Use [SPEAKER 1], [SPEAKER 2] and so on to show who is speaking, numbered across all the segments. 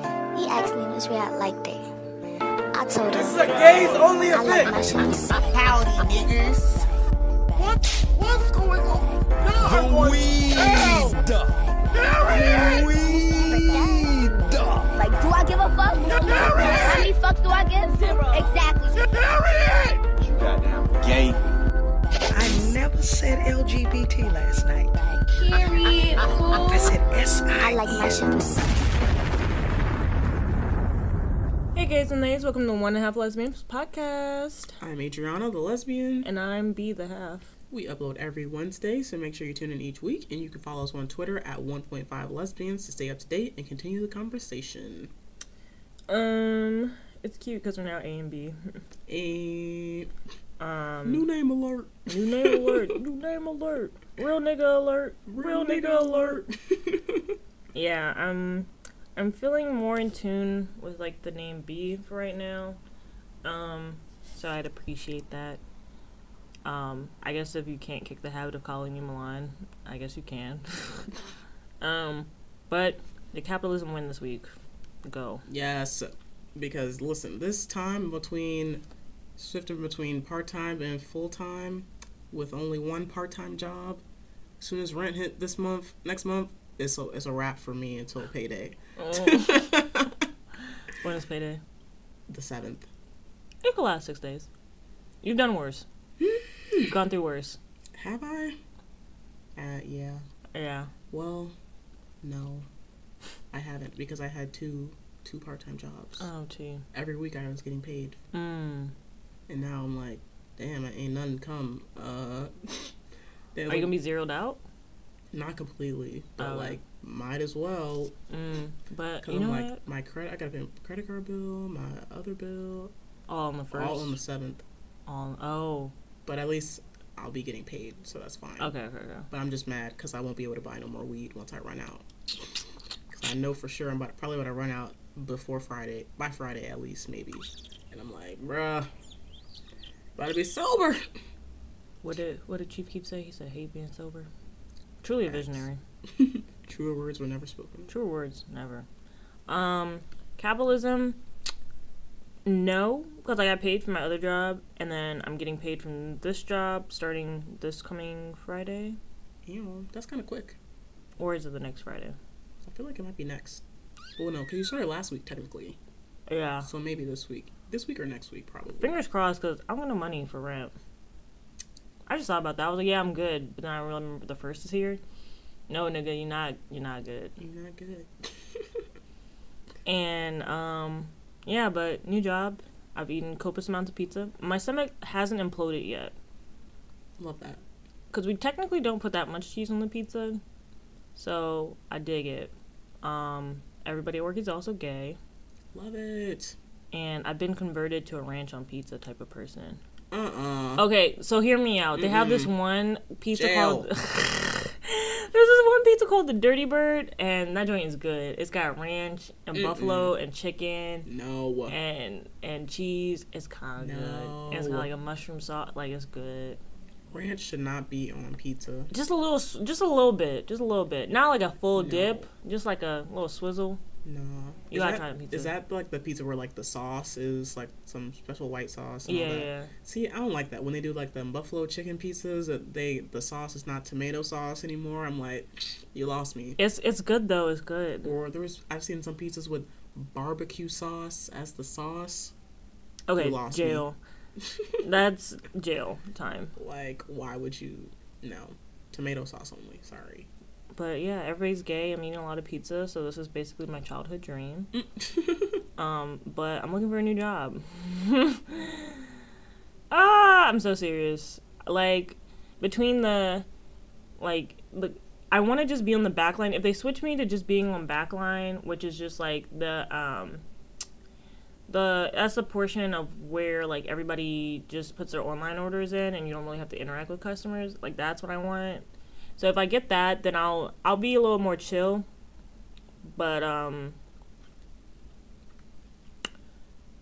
[SPEAKER 1] asked me which way I liked it. I told
[SPEAKER 2] This is
[SPEAKER 1] him
[SPEAKER 2] a gays only
[SPEAKER 1] I like
[SPEAKER 2] event.
[SPEAKER 1] my shit.
[SPEAKER 3] Howdy, niggas.
[SPEAKER 2] What, what's going on? Y'all are
[SPEAKER 4] The
[SPEAKER 2] going
[SPEAKER 4] weed.
[SPEAKER 2] to hell. Period.
[SPEAKER 4] Weed.
[SPEAKER 5] Like, do I give a fuck? How many fucks do I give? Zero. Exactly.
[SPEAKER 2] Period.
[SPEAKER 4] You goddamn gay.
[SPEAKER 6] I never said LGBT last night.
[SPEAKER 5] Period.
[SPEAKER 6] I said S
[SPEAKER 1] I
[SPEAKER 6] I
[SPEAKER 1] like my shit.
[SPEAKER 7] Hey guys and ladies, welcome to One and a Half Lesbians podcast,
[SPEAKER 8] I'm Adriana, the lesbian.
[SPEAKER 7] and I'm B the half.
[SPEAKER 8] We upload every Wednesday, so make sure you tune in each week. And you can follow us on Twitter at 1.5 lesbians to stay up to date and continue the conversation.
[SPEAKER 7] Um, it's cute because we're now A and B.
[SPEAKER 8] And um, new name alert.
[SPEAKER 7] New name alert. New name alert. Real nigga alert. Real, nigga, alert. Yeah, I'm. I'm feeling more in tune with like the name B for right now. Um, so I'd appreciate that. Um, I guess if you can't kick the habit of calling me Milan, I guess you can. um, but the capitalism win this week. Go.
[SPEAKER 8] yes, because listen, this time between shifting between part time and full time, with only one part time job. As soon as rent hit this month, next month, it's a it's a wrap for me until payday,
[SPEAKER 7] When is payday?
[SPEAKER 8] the seventh.
[SPEAKER 7] It could last six days. You've done worse. You've gone through worse.
[SPEAKER 8] Have I? Uh, yeah.
[SPEAKER 7] Yeah.
[SPEAKER 8] Well, no, I haven't because I had two two part time jobs.
[SPEAKER 7] Oh, gee.
[SPEAKER 8] Every week I was getting paid,
[SPEAKER 7] Mm.
[SPEAKER 8] and now I'm like, damn, it ain't nothing come. Uh, they
[SPEAKER 7] Are you
[SPEAKER 8] like-
[SPEAKER 7] gonna be zeroed out?
[SPEAKER 8] not completely, but
[SPEAKER 7] Oh.
[SPEAKER 8] like might as well
[SPEAKER 7] Mm. But
[SPEAKER 8] because
[SPEAKER 7] you
[SPEAKER 8] I'm
[SPEAKER 7] know
[SPEAKER 8] like
[SPEAKER 7] what?
[SPEAKER 8] my credit. I got to pay my credit card bill, my other bill,
[SPEAKER 7] All on the first.
[SPEAKER 8] all on the seventh.
[SPEAKER 7] All- oh.
[SPEAKER 8] But at least I'll be getting paid, so that's fine.
[SPEAKER 7] Okay. Okay. Okay.
[SPEAKER 8] But I'm just mad because I won't be able to buy no more weed once I run out. 'Cause I know for sure I'm about, probably going to run out before Friday, by Friday at least, maybe. And I'm like, bruh, about to be sober.
[SPEAKER 7] What did What did Chief Keep say? He said, "Hate being sober." Truly a visionary.
[SPEAKER 8] Truer words were never spoken.
[SPEAKER 7] True words never. Um, capitalism. No, because I got paid from my other job, and then I'm getting paid from this job starting this coming Friday,
[SPEAKER 8] You know, that's kind of quick.
[SPEAKER 7] or is it the next Friday?
[SPEAKER 8] I feel like it might be next. Well, no, because you started last week, technically.
[SPEAKER 7] Yeah.
[SPEAKER 8] So maybe this week. This week or next week, probably.
[SPEAKER 7] Fingers crossed, because I'm gonna money for rent. I just thought about that. I was like, yeah, I'm good, but then I remember the first is here. No, nigga, you're not. You're not good.
[SPEAKER 8] You're not good.
[SPEAKER 7] And um, yeah, but new job. I've eaten copious amounts of pizza. My stomach hasn't imploded yet,
[SPEAKER 8] Love that.
[SPEAKER 7] cause we technically don't put that much cheese on the pizza, so I dig it. Um, everybody at work is also gay,
[SPEAKER 8] Love it.
[SPEAKER 7] and I've been converted to a ranch on pizza type of person.
[SPEAKER 8] Uh-uh.
[SPEAKER 7] Okay, so hear me out. They have this one pizza
[SPEAKER 8] Mm-hmm. Jail.
[SPEAKER 7] called. There's this one pizza called the Dirty Bird, and that joint is good. It's got ranch and buffalo and chicken
[SPEAKER 8] No.
[SPEAKER 7] and and cheese. It's kind of good. It's got
[SPEAKER 8] No.
[SPEAKER 7] like a mushroom sauce. Like it's good.
[SPEAKER 8] Ranch should not be on pizza.
[SPEAKER 7] Just a little, s- just a little bit, just a little bit. Not like a full dip. Just like a little swizzle.
[SPEAKER 8] No.
[SPEAKER 7] You
[SPEAKER 8] is
[SPEAKER 7] gotta
[SPEAKER 8] that,
[SPEAKER 7] try the pizza.
[SPEAKER 8] Is that like the pizza where like the sauce is like some special white sauce? And
[SPEAKER 7] Yeah,
[SPEAKER 8] all that?
[SPEAKER 7] yeah.
[SPEAKER 8] See, I don't like that when they do like them buffalo chicken pizzas. That they the sauce is not tomato sauce anymore. I'm like, you lost me.
[SPEAKER 7] It's it's good though. It's good.
[SPEAKER 8] Or there was I've seen some pizzas with barbecue sauce as the sauce.
[SPEAKER 7] Okay,
[SPEAKER 8] lost me.
[SPEAKER 7] jail. That's jail time.
[SPEAKER 8] Like, why would you? No, tomato sauce only. Sorry.
[SPEAKER 7] But yeah, everybody's gay. I'm eating a lot of pizza, so this is basically my childhood dream. um, but I'm looking for a new job. ah, I'm so serious. Like between the like the I want to just be on the back line. If they switch me to just being on back line, which is just like the um the that's the portion of where like everybody just puts their online orders in and you don't really have to interact with customers. Like that's what I want. So if I get that, then I'll I'll be a little more chill. But um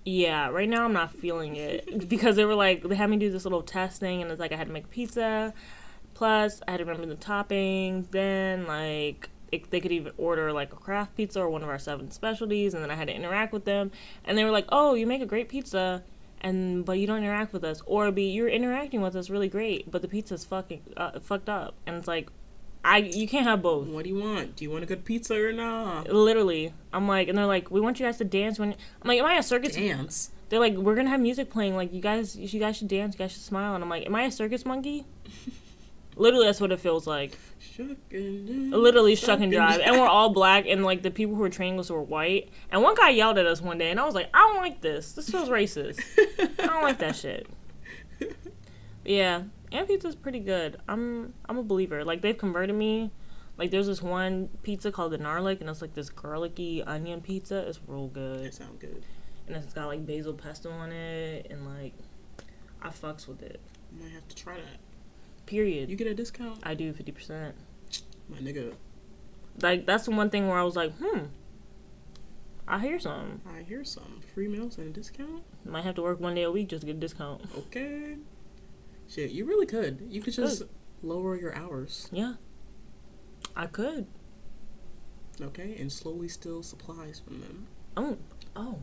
[SPEAKER 7] yeah, right now I'm not feeling it because they were like they had me do this little test thing and it's like I had to make pizza plus I had to remember the toppings, then like it, they could even order like a craft pizza or one of our seven specialties, and then I had to interact with them, and they were like, "Oh, you make a great pizza." And but you don't interact with us, or be you're interacting with us really great, but the pizza's fucking uh, fucked up, and it's like, I you can't have both.
[SPEAKER 8] What do you want? Do you want a good pizza or not?
[SPEAKER 7] Literally, I'm like, and they're like, we want you guys to dance when. I'm like, am I a circus?
[SPEAKER 8] Dance.
[SPEAKER 7] They're like, we're gonna have music playing. Like, you guys, you guys should dance. You guys should smile. And I'm like, am I a circus monkey? Literally, that's what it feels like.
[SPEAKER 8] Shuck and
[SPEAKER 7] Literally, shuck and drive. And we're all black, and like the people who were training us were white. And one guy yelled at us one day, and I was like, I don't like this. This feels racist. I don't like that shit. Yeah, and pizza's pretty good. I'm I'm a believer. Like they've converted me. Like there's this one pizza called the Narlic, and it's like this garlicky onion pizza. It's real good,
[SPEAKER 8] That sound good.
[SPEAKER 7] and it's got like basil pesto on it, and like I fucks with it.
[SPEAKER 8] I might have to try that.
[SPEAKER 7] Period.
[SPEAKER 8] You get a discount,
[SPEAKER 7] I do fifty percent.
[SPEAKER 8] my nigga.
[SPEAKER 7] Like that's the one thing where I was like, hmm, I hear something.
[SPEAKER 8] I hear some free meals and a discount.
[SPEAKER 7] Might have to work one day a week just to get a discount.
[SPEAKER 8] Okay. Shit, you really could. You could just lower your hours,
[SPEAKER 7] Yeah, I could.
[SPEAKER 8] okay, and slowly steal supplies from them.
[SPEAKER 7] Oh, oh.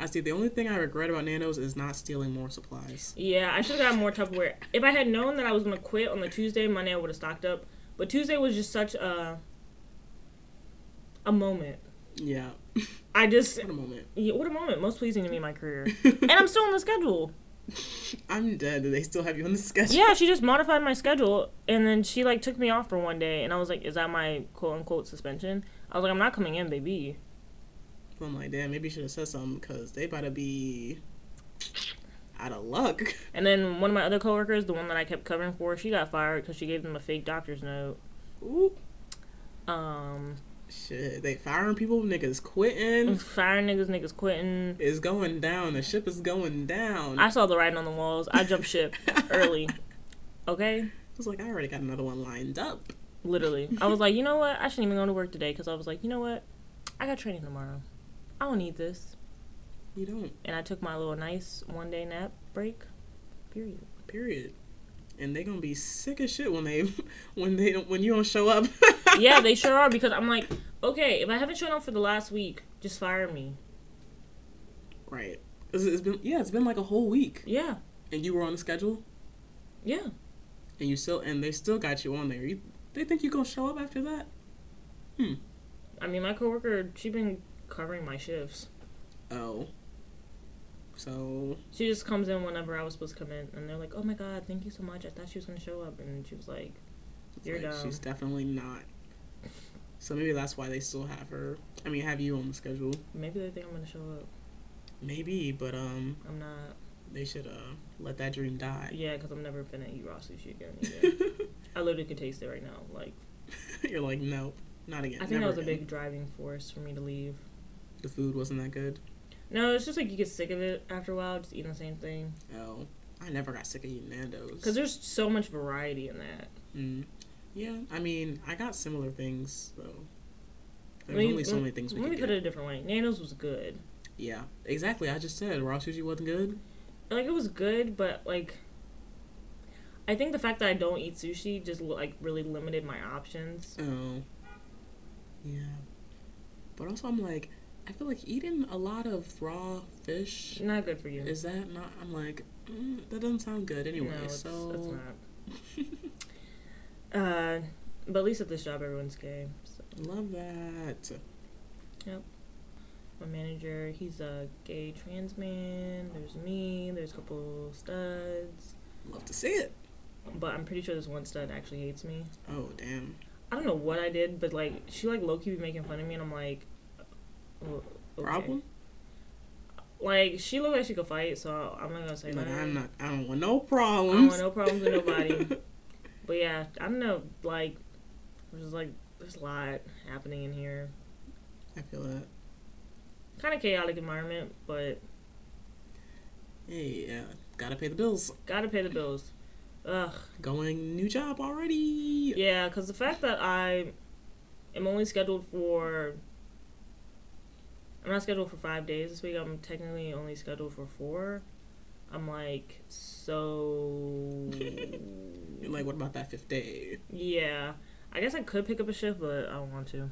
[SPEAKER 8] I see. The only thing I regret about Nando's is not stealing more supplies.
[SPEAKER 7] Yeah, I should have got more Tupperware. If I had known that I was gonna quit on the Tuesday, Monday I would have stocked up. But Tuesday was just such a a moment.
[SPEAKER 8] Yeah.
[SPEAKER 7] I just
[SPEAKER 8] What a moment.
[SPEAKER 7] yeah, what a moment, most pleasing to me in my career. And I'm still on the schedule.
[SPEAKER 8] I'm dead. Do they still have you on the schedule?
[SPEAKER 7] Yeah, she just modified my schedule and then she like took me off for one day and I was like, Is that my quote unquote suspension? I was like, I'm not coming in, baby.
[SPEAKER 8] I'm like, damn. Maybe you should have said something because they about to be out of luck.
[SPEAKER 7] And then one of my other coworkers, the one that I kept covering for, she got fired because she gave them a fake doctor's note.
[SPEAKER 8] Ooh.
[SPEAKER 7] Um,
[SPEAKER 8] Shit. They firing people. Niggas quitting.
[SPEAKER 7] firing niggas, niggas quitting.
[SPEAKER 8] It's going down. The ship is going down.
[SPEAKER 7] I saw the writing on the walls. I jumped ship early. Okay?
[SPEAKER 8] I was like, I already got another one lined up.
[SPEAKER 7] Literally. I was like, you know what? I shouldn't even go to work today because I was like, you know what? I got training tomorrow. I don't need this.
[SPEAKER 8] You don't.
[SPEAKER 7] And I took my little nice one day nap break. Period.
[SPEAKER 8] Period. And they gonna be sick as shit when they when they don't when you don't show up.
[SPEAKER 7] Yeah, they sure are because I'm like, okay, if I haven't shown up for the last week, just fire me.
[SPEAKER 8] Right. It's, it's been yeah. It's been like a whole week,
[SPEAKER 7] Yeah.
[SPEAKER 8] and you were on the schedule,
[SPEAKER 7] Yeah.
[SPEAKER 8] and you still and they still got you on there. You, they think you gonna show up after that?
[SPEAKER 7] I mean, my coworker, she been covering my shifts.
[SPEAKER 8] Oh. So
[SPEAKER 7] She just comes in whenever I was supposed to come in, and they're like, "Oh my god, thank you so much. I thought she was gonna show up," and she was like, "You're
[SPEAKER 8] like,
[SPEAKER 7] dumb."
[SPEAKER 8] she's definitely not. So maybe that's why they still have her. I mean, have you on the schedule?
[SPEAKER 7] Maybe they think I'm gonna show up.
[SPEAKER 8] Maybe, but um,
[SPEAKER 7] I'm not.
[SPEAKER 8] they should uh let that dream die.
[SPEAKER 7] Yeah, because I'm never finna eat raw sushi again. Either. I literally could taste it right now. Like,
[SPEAKER 8] You're like, nope, not again.
[SPEAKER 7] I think that was
[SPEAKER 8] never
[SPEAKER 7] a
[SPEAKER 8] again."
[SPEAKER 7] big driving force for me to leave.
[SPEAKER 8] The food wasn't that good.
[SPEAKER 7] No, it's just like you get sick of it after a while, just eating the same thing.
[SPEAKER 8] Oh, I never got sick of eating Nando's.
[SPEAKER 7] Because there's so much variety in that.
[SPEAKER 8] Mm. Yeah, I mean, I got similar things though. There's
[SPEAKER 7] Maybe-
[SPEAKER 8] only so many things we
[SPEAKER 7] Let me
[SPEAKER 8] could
[SPEAKER 7] put
[SPEAKER 8] get.
[SPEAKER 7] it a different way. Nanos was good.
[SPEAKER 8] Yeah, exactly. I just said raw sushi wasn't good.
[SPEAKER 7] Like it was good, but like, I think the fact that I don't eat sushi just like really limited my options.
[SPEAKER 8] Oh, yeah. But also, I'm like, I feel like eating a lot of raw fish
[SPEAKER 7] Not good for you.
[SPEAKER 8] is that not? I'm like, mm, that doesn't sound good anyway.
[SPEAKER 7] no, it's,
[SPEAKER 8] so
[SPEAKER 7] it's not. uh, but at least at this job, everyone's gay. So.
[SPEAKER 8] love that.
[SPEAKER 7] my manager he's a gay trans man there's me there's a couple studs
[SPEAKER 8] Love to see it.
[SPEAKER 7] but i'm pretty sure this one stud actually hates me
[SPEAKER 8] Oh damn.
[SPEAKER 7] i don't know what i did but like she like low-key be making fun of me and i'm like well, okay.
[SPEAKER 8] Problem?
[SPEAKER 7] like she looked like she could fight so i'm not gonna say
[SPEAKER 8] You're Like
[SPEAKER 7] nothing.
[SPEAKER 8] I'm not. I don't want no
[SPEAKER 7] i don't
[SPEAKER 8] problems.
[SPEAKER 7] want no problems with nobody but yeah i don't know like i'm just like there's a lot happening in here
[SPEAKER 8] I feel that.
[SPEAKER 7] kind of chaotic environment but
[SPEAKER 8] Hey, yeah, gotta pay the bills.
[SPEAKER 7] gotta pay the bills ugh
[SPEAKER 8] Going new job already.
[SPEAKER 7] Yeah, because the fact that I am only scheduled for. I'm not scheduled for five days this week. I'm technically only scheduled for four. I'm like, so.
[SPEAKER 8] You're like, what about that fifth day?
[SPEAKER 7] yeah. I guess I could pick up a shift, but I don't want to.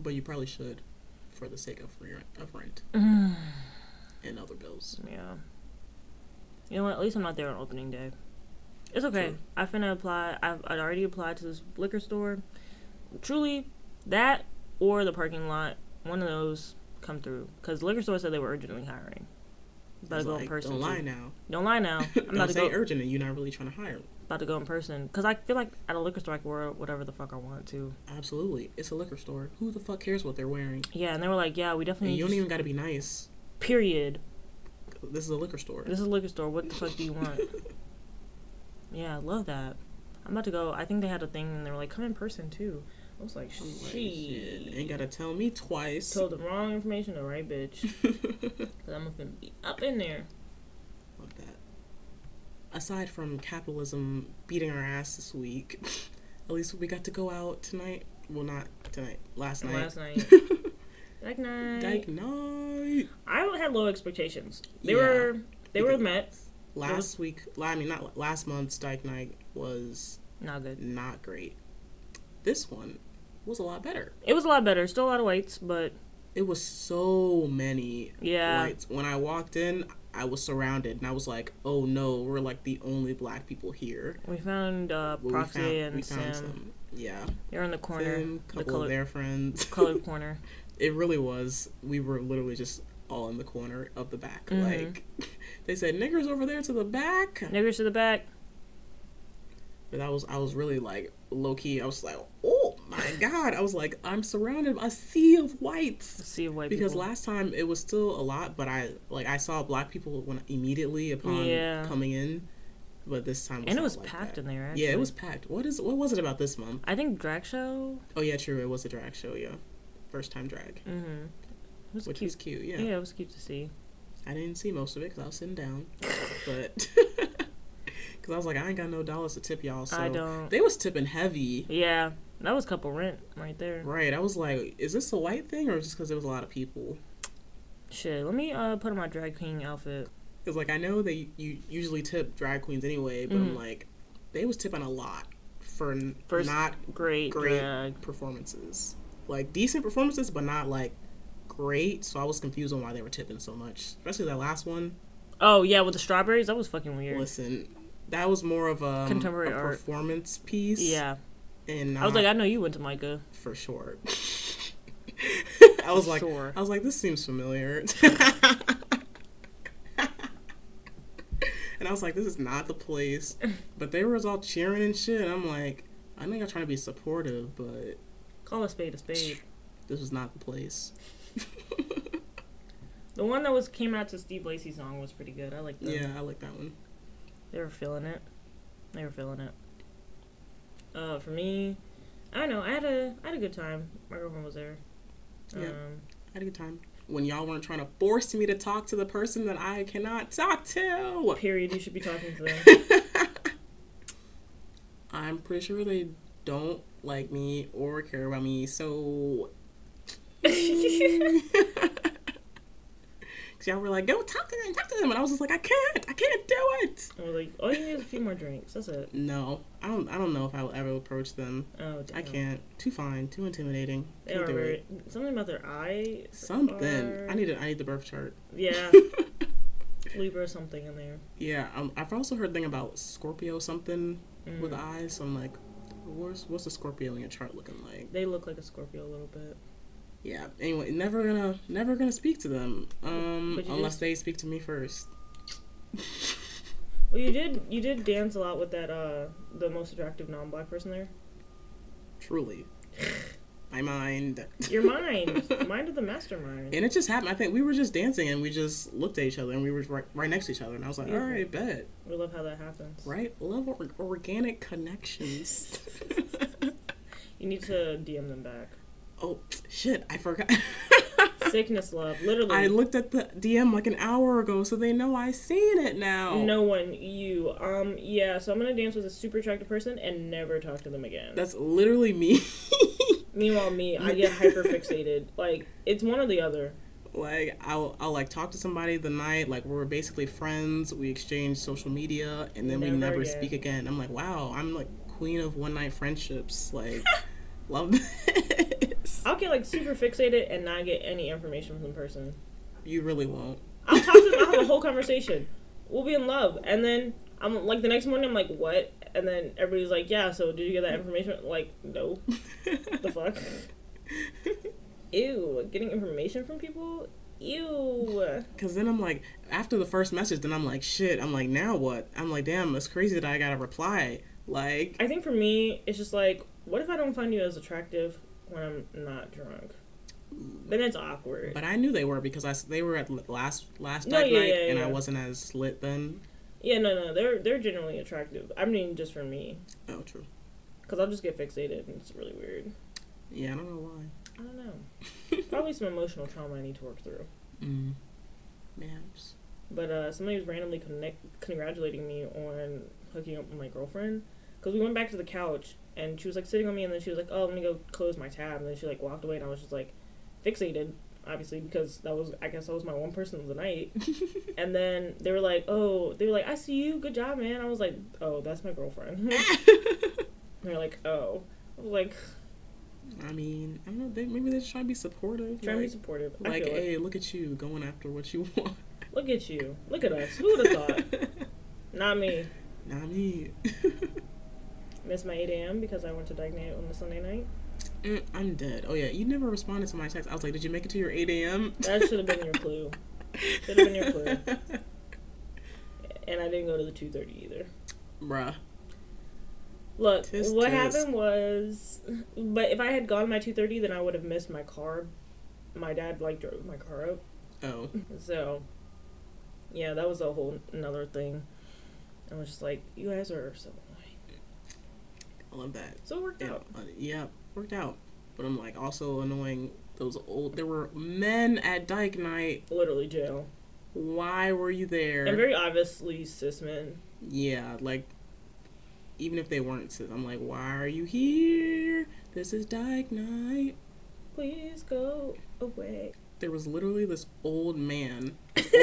[SPEAKER 8] But you probably should, for the sake of re- of rent and other bills.
[SPEAKER 7] Yeah. You know what? At least I'm not there on opening day. It's okay.
[SPEAKER 8] True.
[SPEAKER 7] I finna apply. I've, I'd already applied to this liquor store. Truly, that or the parking lot, one of those come through. Because liquor store said they were urgently hiring. About to
[SPEAKER 8] It's
[SPEAKER 7] go in
[SPEAKER 8] like,
[SPEAKER 7] person.
[SPEAKER 8] don't
[SPEAKER 7] too.
[SPEAKER 8] lie now.
[SPEAKER 7] Don't lie now. I'm about
[SPEAKER 8] don't
[SPEAKER 7] to
[SPEAKER 8] say
[SPEAKER 7] go.
[SPEAKER 8] urgent and you're not really trying to hire.
[SPEAKER 7] about to go in person because I feel like at a liquor store I can wear whatever the fuck I want to.
[SPEAKER 8] Absolutely, it's a liquor store. Who the fuck cares what they're wearing?
[SPEAKER 7] Yeah, and they were like, "Yeah, we
[SPEAKER 8] And
[SPEAKER 7] definitely."
[SPEAKER 8] you don't
[SPEAKER 7] just-
[SPEAKER 8] even got to be nice.
[SPEAKER 7] period.
[SPEAKER 8] This is a liquor store.
[SPEAKER 7] This is a liquor store. What the fuck do you want? yeah, I love that. I'm about to go. I think they had a thing and they were like, "Come in person too." I was like,
[SPEAKER 8] Oh, Shit,
[SPEAKER 7] "She
[SPEAKER 8] ain't gotta tell me twice.
[SPEAKER 7] told the wrong information to the right bitch." Cause I'm gonna be up in there.
[SPEAKER 8] Fuck that. Aside from capitalism beating our ass this week, at least we got to go out tonight. Well, not tonight. Last night.
[SPEAKER 7] Last night. Like night.
[SPEAKER 8] Dyke night.
[SPEAKER 7] I had low expectations. They
[SPEAKER 8] Yeah.
[SPEAKER 7] were they were
[SPEAKER 8] Because-
[SPEAKER 7] met.
[SPEAKER 8] Last week, la- I mean, not la- last month's Dyke night was
[SPEAKER 7] Not good.
[SPEAKER 8] not great. This one was a lot better.
[SPEAKER 7] It was a lot better. Still a lot of whites, but
[SPEAKER 8] It was so many
[SPEAKER 7] Yeah.
[SPEAKER 8] lights. When I walked in, I was surrounded, and I was like, "Oh no, we're like the only black people here."
[SPEAKER 7] we found uh,
[SPEAKER 8] But
[SPEAKER 7] Proxy and Sim.
[SPEAKER 8] some. Yeah.
[SPEAKER 7] They're in the corner,
[SPEAKER 8] Tim,
[SPEAKER 7] the
[SPEAKER 8] couple of
[SPEAKER 7] color,
[SPEAKER 8] their friends.
[SPEAKER 7] colored corner.
[SPEAKER 8] it really was. We were literally just all in the corner of the back.
[SPEAKER 7] Mm-hmm.
[SPEAKER 8] Like they said, "Niggers over there to the back."
[SPEAKER 7] Niggers to the back.
[SPEAKER 8] But I was, I was really like low key. I was like, "Oh my god!" I was like, "I'm surrounded by a sea of whites."
[SPEAKER 7] See of white
[SPEAKER 8] Because
[SPEAKER 7] people.
[SPEAKER 8] last time it was still a lot, but I like I saw black people when immediately upon
[SPEAKER 7] Yeah.
[SPEAKER 8] coming in, but this time was
[SPEAKER 7] and it
[SPEAKER 8] not
[SPEAKER 7] was
[SPEAKER 8] like
[SPEAKER 7] packed
[SPEAKER 8] that.
[SPEAKER 7] in there. Actually.
[SPEAKER 8] Yeah, it was packed. What is what was it about this month?
[SPEAKER 7] I think drag show.
[SPEAKER 8] Oh yeah, true. It was a drag show. Yeah, first time drag,
[SPEAKER 7] Mm-hmm. It was
[SPEAKER 8] which
[SPEAKER 7] cute.
[SPEAKER 8] was cute.
[SPEAKER 7] yeah. it was cute to see.
[SPEAKER 8] I didn't see most of it because I was sitting down, but because I was like, I ain't got no dollars to tip y'all. So
[SPEAKER 7] I don't.
[SPEAKER 8] They was tipping heavy,
[SPEAKER 7] Yeah, that was couple rent right there.
[SPEAKER 8] right? I was like, is this a white thing or just because there was a lot of people?
[SPEAKER 7] Shit, let me uh put on my drag queen outfit.
[SPEAKER 8] Because like I know that you usually tip drag queens anyway, but I'm like, they was tipping a lot for n-
[SPEAKER 7] Mm. First
[SPEAKER 8] not
[SPEAKER 7] Great,
[SPEAKER 8] great
[SPEAKER 7] drag.
[SPEAKER 8] performances, like decent performances, but not like great. So I was confused on why they were tipping so much, especially that last one.
[SPEAKER 7] Oh yeah, with the strawberries, that was fucking weird.
[SPEAKER 8] Listen. That was more of a,
[SPEAKER 7] Contemporary
[SPEAKER 8] a
[SPEAKER 7] art.
[SPEAKER 8] performance piece.
[SPEAKER 7] yeah,
[SPEAKER 8] And
[SPEAKER 7] I was
[SPEAKER 8] not-
[SPEAKER 7] like, I know you went to Micah.
[SPEAKER 8] for sure. I was like,
[SPEAKER 7] sure.
[SPEAKER 8] I was like, this seems familiar. and I was like, this is not the place. But they was all cheering and shit. I'm like, I think I'm trying to be supportive, but
[SPEAKER 7] Call a spade a spade.
[SPEAKER 8] this was not the place.
[SPEAKER 7] The one that was came out to Steve Lacy's song was pretty good. I like that.
[SPEAKER 8] yeah, I like that one.
[SPEAKER 7] They were feeling it. They were feeling it. Uh, for me, I don't know. I had a I had a good time. My girlfriend was there.
[SPEAKER 8] Yeah.
[SPEAKER 7] Um,
[SPEAKER 8] I had a good time. When y'all weren't trying to force me to talk to the person that I cannot talk to.
[SPEAKER 7] period. You should be talking to them.
[SPEAKER 8] I'm pretty sure they don't like me or care about me, so. Because y'all were like, go talk to them, talk to them. And I was just like, I can't, I can't do it.
[SPEAKER 7] I was like, all you need is a few more drinks. That's it.
[SPEAKER 8] No, I don't, I don't know if I will ever approach them.
[SPEAKER 7] Oh, damn.
[SPEAKER 8] I can't. Too fine, too intimidating.
[SPEAKER 7] They
[SPEAKER 8] Can't
[SPEAKER 7] are
[SPEAKER 8] do
[SPEAKER 7] very,
[SPEAKER 8] it.
[SPEAKER 7] something about their eye.
[SPEAKER 8] Something.
[SPEAKER 7] are-
[SPEAKER 8] I need, a, I need the birth chart.
[SPEAKER 7] Yeah, Libra or something in there.
[SPEAKER 8] Yeah, um, I've also heard thing about Scorpio something with eyes. So I'm like, what's what's a Scorpio in your chart looking like?
[SPEAKER 7] They look like a Scorpio a little bit.
[SPEAKER 8] yeah anyway never gonna never gonna speak to them um
[SPEAKER 7] But you
[SPEAKER 8] unless
[SPEAKER 7] just-
[SPEAKER 8] they speak to me first
[SPEAKER 7] Well, you did you did dance a lot with that uh the most attractive non-black person there.
[SPEAKER 8] truly my mind
[SPEAKER 7] Your mind, mind of the mastermind.
[SPEAKER 8] and it just happened i think we were just dancing and we just looked at each other and we were right, right next to each other and i was like all right bet
[SPEAKER 7] We love how that happens.
[SPEAKER 8] right love or- organic connections
[SPEAKER 7] You need to DM them back.
[SPEAKER 8] oh shit i forgot
[SPEAKER 7] Sickness love. Literally,
[SPEAKER 8] i looked at the dm like an hour ago so they know i seen it now
[SPEAKER 7] no one. You. Um. Yeah. So I'm gonna dance with a super attractive person and never talk to them again.
[SPEAKER 8] that's literally me
[SPEAKER 7] Meanwhile, me, I get hyper fixated. Like it's one or the other.
[SPEAKER 8] like I'll, I'll like talk to somebody the night like we're basically friends we exchange social media and then we
[SPEAKER 7] Never
[SPEAKER 8] never
[SPEAKER 7] again.
[SPEAKER 8] speak again i'm like wow i'm like queen of one night friendships. Like, love this.
[SPEAKER 7] I'll get like super fixated and not get any information from the person.
[SPEAKER 8] You really won't.
[SPEAKER 7] I'll talk to them. I'll have a whole conversation. We'll be in love, and then I'm like the next morning. I'm like, what? And then everybody's like, yeah. So did you get that information? Like, no. The fuck? Ew. Getting information from people. Ew.
[SPEAKER 8] Cause then I'm like, after the first message, then I'm like, shit. I'm like, now what? I'm like, damn, it's crazy that I gotta reply. Like,
[SPEAKER 7] I think for me, it's just like, what if I don't find you as attractive when I'm not drunk? Then it's awkward.
[SPEAKER 8] but I knew they were because I s- they were at l- last last
[SPEAKER 7] No,
[SPEAKER 8] night,
[SPEAKER 7] yeah,
[SPEAKER 8] night
[SPEAKER 7] yeah,
[SPEAKER 8] and I
[SPEAKER 7] yeah.
[SPEAKER 8] wasn't as lit then.
[SPEAKER 7] Yeah, no, no, they're they're generally attractive. I mean, just for me,
[SPEAKER 8] Oh, true.
[SPEAKER 7] because I'll just get fixated, and it's really weird.
[SPEAKER 8] Yeah, I don't know why.
[SPEAKER 7] I don't know. Probably some emotional trauma I need to work through.
[SPEAKER 8] Mm. Maps.
[SPEAKER 7] But uh, somebody was randomly connect- congratulating me on hooking up with my girlfriend because we went back to the couch and she was like sitting on me and then she was like, "Oh, let me go close my tab," and then she like walked away and I was just like fixated, obviously because that was I guess that was my one person of the night. and then they were like, "Oh, they were like, I see you, good job, man." I was like, "Oh, that's my girlfriend." They're like, "Oh." I was like,
[SPEAKER 8] I mean, I don't know. They, maybe they're just trying to be supportive.
[SPEAKER 7] trying to be
[SPEAKER 8] like,
[SPEAKER 7] supportive. I
[SPEAKER 8] like,
[SPEAKER 7] feel it.
[SPEAKER 8] hey, look at you going after what you want.
[SPEAKER 7] Look at you. Look at us. Who would have thought? Not me.
[SPEAKER 8] Not me.
[SPEAKER 7] Missed my 8 a.m. because I went to Dignate on the Sunday night.
[SPEAKER 8] Mm, I'm dead. Oh yeah, you never responded to my text. I was like, did you make it to your 8 a.m.?
[SPEAKER 7] That should have been your clue. Should have been your clue. And I didn't go to the 2:30 either.
[SPEAKER 8] Bruh.
[SPEAKER 7] Look,
[SPEAKER 8] Tisk,
[SPEAKER 7] what
[SPEAKER 8] tisk.
[SPEAKER 7] happened was, but if I had gone my 2:30, then I would have missed my car. My dad like drove my car up,
[SPEAKER 8] Oh,
[SPEAKER 7] so yeah, that was a whole another thing. I was just like, you guys are so annoying.
[SPEAKER 8] I love that.
[SPEAKER 7] So it worked
[SPEAKER 8] Yeah,
[SPEAKER 7] out.
[SPEAKER 8] uh, yeah, worked out. But I'm like also annoying those old. There were men at Dyke Night.
[SPEAKER 7] Literally jail.
[SPEAKER 8] Why were you there?
[SPEAKER 7] And very obviously cis men.
[SPEAKER 8] yeah, like even if they weren't, sis, I'm like, why are you here? This is Dyke Night.
[SPEAKER 7] Please go away.
[SPEAKER 8] there was literally this old man,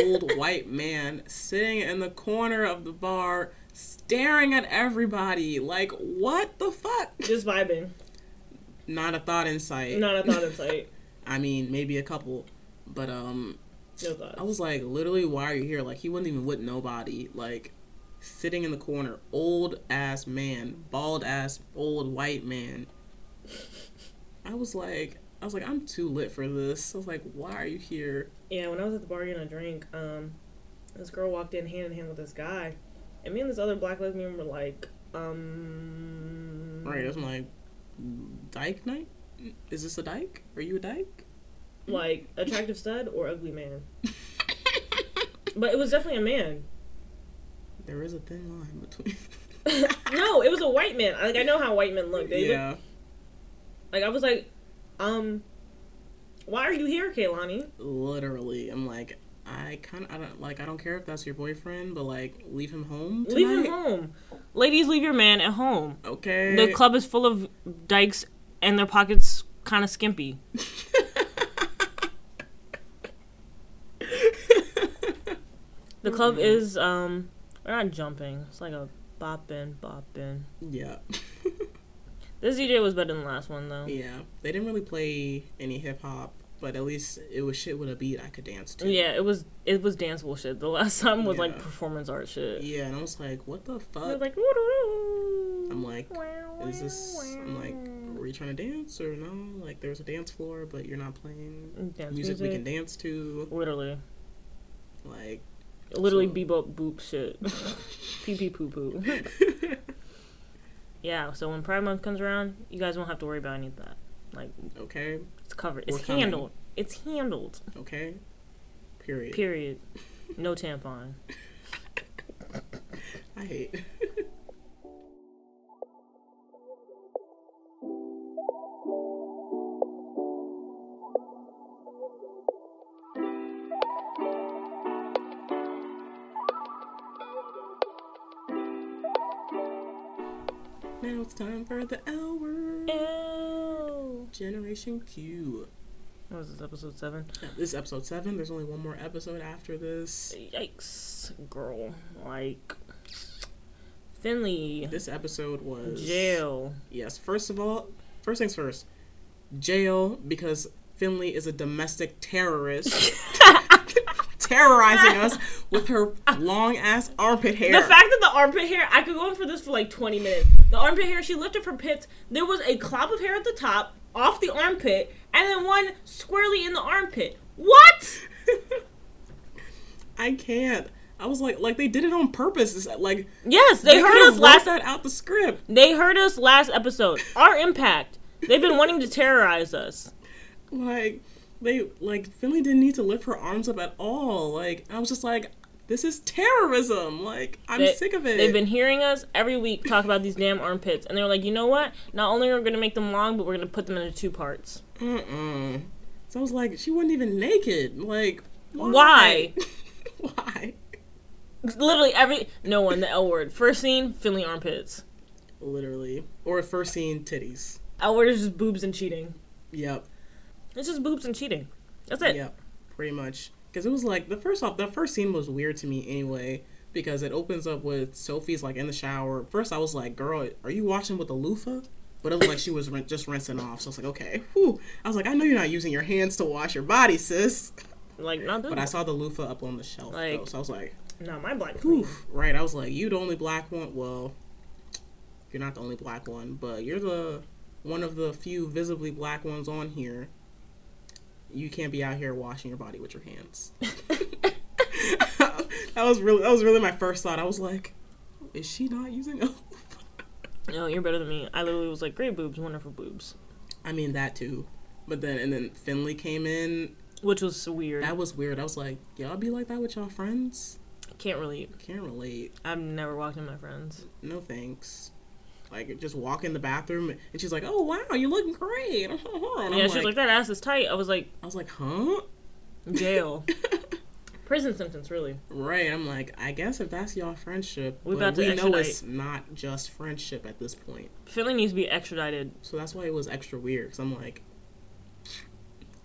[SPEAKER 8] old white man, sitting in the corner of the bar, staring at everybody. Like, what the fuck?
[SPEAKER 7] Just vibing.
[SPEAKER 8] Not a thought in sight.
[SPEAKER 7] Not a thought in sight.
[SPEAKER 8] I mean, maybe a couple, but um,
[SPEAKER 7] No thoughts.
[SPEAKER 8] I was like, literally, why are you here? Like, he wasn't even with nobody. Like, sitting in the corner, old ass man, bald ass old white man. I was like, I was like, I'm too lit for this. I was like, why are you here?
[SPEAKER 7] Yeah, when I was at the bar getting a drink, um, this girl walked in hand in hand with this guy, and me and this other black lesbian were like, um,
[SPEAKER 8] Right, that's my dyke night. Is this a dyke? Are you a dyke?
[SPEAKER 7] like attractive stud or ugly man. but it was definitely a man.
[SPEAKER 8] There is a thin line between.
[SPEAKER 7] No, it was a white man. Like I know how white men look. They look
[SPEAKER 8] yeah,
[SPEAKER 7] like I was like, um, why are you here, Kaylani?
[SPEAKER 8] literally. I'm like, I kind of, I don't like, I don't care if that's your boyfriend, but like, leave him home. Tonight.
[SPEAKER 7] Leave him home, ladies. Leave your man at home.
[SPEAKER 8] Okay.
[SPEAKER 7] The club is full of dykes, and their pockets kind of skimpy. The
[SPEAKER 8] Mm-hmm.
[SPEAKER 7] club is um we're not jumping. It's like a bopping, bopping.
[SPEAKER 8] yeah,
[SPEAKER 7] This DJ was better than the last one though.
[SPEAKER 8] yeah. They didn't really play any hip hop, but at least it was shit with a beat I could dance to.
[SPEAKER 7] Yeah, it was it was danceable shit. The last time was like
[SPEAKER 8] Yeah.
[SPEAKER 7] performance art shit. Yeah.
[SPEAKER 8] Yeah, and I was like, what the
[SPEAKER 7] It was
[SPEAKER 8] fuck?
[SPEAKER 7] like woo-doo-doo.
[SPEAKER 8] I'm like, is this? I'm like, were you trying to dance or no? Like, there was a dance floor, but you're not playing
[SPEAKER 7] dance
[SPEAKER 8] music we can dance to.
[SPEAKER 7] Literally.
[SPEAKER 8] Like,
[SPEAKER 7] Literally
[SPEAKER 8] So-
[SPEAKER 7] bebop boop shit. Pee pee poo poo. Yeah, so when Pride Month comes around, you guys won't have to worry about any of that. Like
[SPEAKER 8] okay,
[SPEAKER 7] it's covered. It's
[SPEAKER 8] We're coming.
[SPEAKER 7] handled. It's handled.
[SPEAKER 8] okay, period.
[SPEAKER 7] Period. No tampon.
[SPEAKER 8] I hate. Now it's time for the hour.
[SPEAKER 7] Ew.
[SPEAKER 8] Generation Q.
[SPEAKER 7] What was this episode seven?
[SPEAKER 8] This is episode seven. There's only one more episode after this.
[SPEAKER 7] Yikes, girl. Like, Finley.
[SPEAKER 8] This episode was
[SPEAKER 7] Jail.
[SPEAKER 8] Yes. First of all, first things first. Jail because Finley is a domestic terrorist. terrorizing us with her long ass armpit hair.
[SPEAKER 7] The fact that the armpit hair, I could go on for this for like 20 minutes. The armpit hair, she lifted her pits. There was a clop of hair at the top, off the armpit, and then one squarely in the armpit. What?
[SPEAKER 8] I can't. I was like, like they did it on purpose. It's uh, like
[SPEAKER 7] Yes, they, heard us
[SPEAKER 8] wrote
[SPEAKER 7] last.
[SPEAKER 8] that out the script.
[SPEAKER 7] They heard us last episode. Our impact. They've been wanting to terrorize us.
[SPEAKER 8] Like they like Finley didn't need to lift her arms up at all. Like I was just like, this is terrorism. Like I'm
[SPEAKER 7] They-
[SPEAKER 8] sick of it.
[SPEAKER 7] They've been hearing us every week talk about these damn armpits, and they're like, you know what? Not only are we gonna make them long, but we're gonna put them into two parts. Mm.
[SPEAKER 8] Mm-mm. So I was like, she wasn't even naked. Like
[SPEAKER 7] Why?
[SPEAKER 8] Why? Why?
[SPEAKER 7] Literally every no one the L word. First scene, Finley armpits.
[SPEAKER 8] Literally. Or first scene titties.
[SPEAKER 7] L word is just boobs and cheating.
[SPEAKER 8] Yep.
[SPEAKER 7] It's just boobs and cheating. That's it.
[SPEAKER 8] Yep, pretty much. Because it was like the first off, the first scene was weird to me anyway. Because it opens up with Sophie's like in the shower. First, I was like, "Girl, are you washing with a loofah?" But it was like she was rin- just rinsing off. So I was like, "Okay." Whew. I was like, "I know you're not using your hands to wash your body, sis."
[SPEAKER 7] Like not this.
[SPEAKER 8] But I saw the loofah up on the shelf, though,
[SPEAKER 7] Like-
[SPEAKER 8] so I was like,
[SPEAKER 7] no, my black.
[SPEAKER 8] "Oof!" Right? I was like, "You the only black one." Well, you're not the only black one, but you're the one of the few visibly black ones on here. You can't be out here washing your body with your hands. that was really that was really my first thought. I was like, is she not using a
[SPEAKER 7] No, you're better than me. I literally was like, great boobs, wonderful boobs,
[SPEAKER 8] I mean that too. But then and then Finley came in.
[SPEAKER 7] which was weird. I
[SPEAKER 8] That was weird. I was like, y'all be like that with y'all friends?
[SPEAKER 7] can't relate.
[SPEAKER 8] Can't relate.
[SPEAKER 7] I've never walked in my friends.
[SPEAKER 8] No thanks. Like just walk in the bathroom and she's like, Oh wow, you look great. And I'm
[SPEAKER 7] yeah, she was like, that ass is tight. I was like,
[SPEAKER 8] I was like, huh?
[SPEAKER 7] jail, prison sentence, really.
[SPEAKER 8] Right. I'm like, I guess if that's y'all friendship,
[SPEAKER 7] We
[SPEAKER 8] but
[SPEAKER 7] about to
[SPEAKER 8] we know
[SPEAKER 7] expedite.
[SPEAKER 8] it's not just friendship at this point.
[SPEAKER 7] Finley needs to be extradited.
[SPEAKER 8] So that's why it was extra weird. Cause I'm like,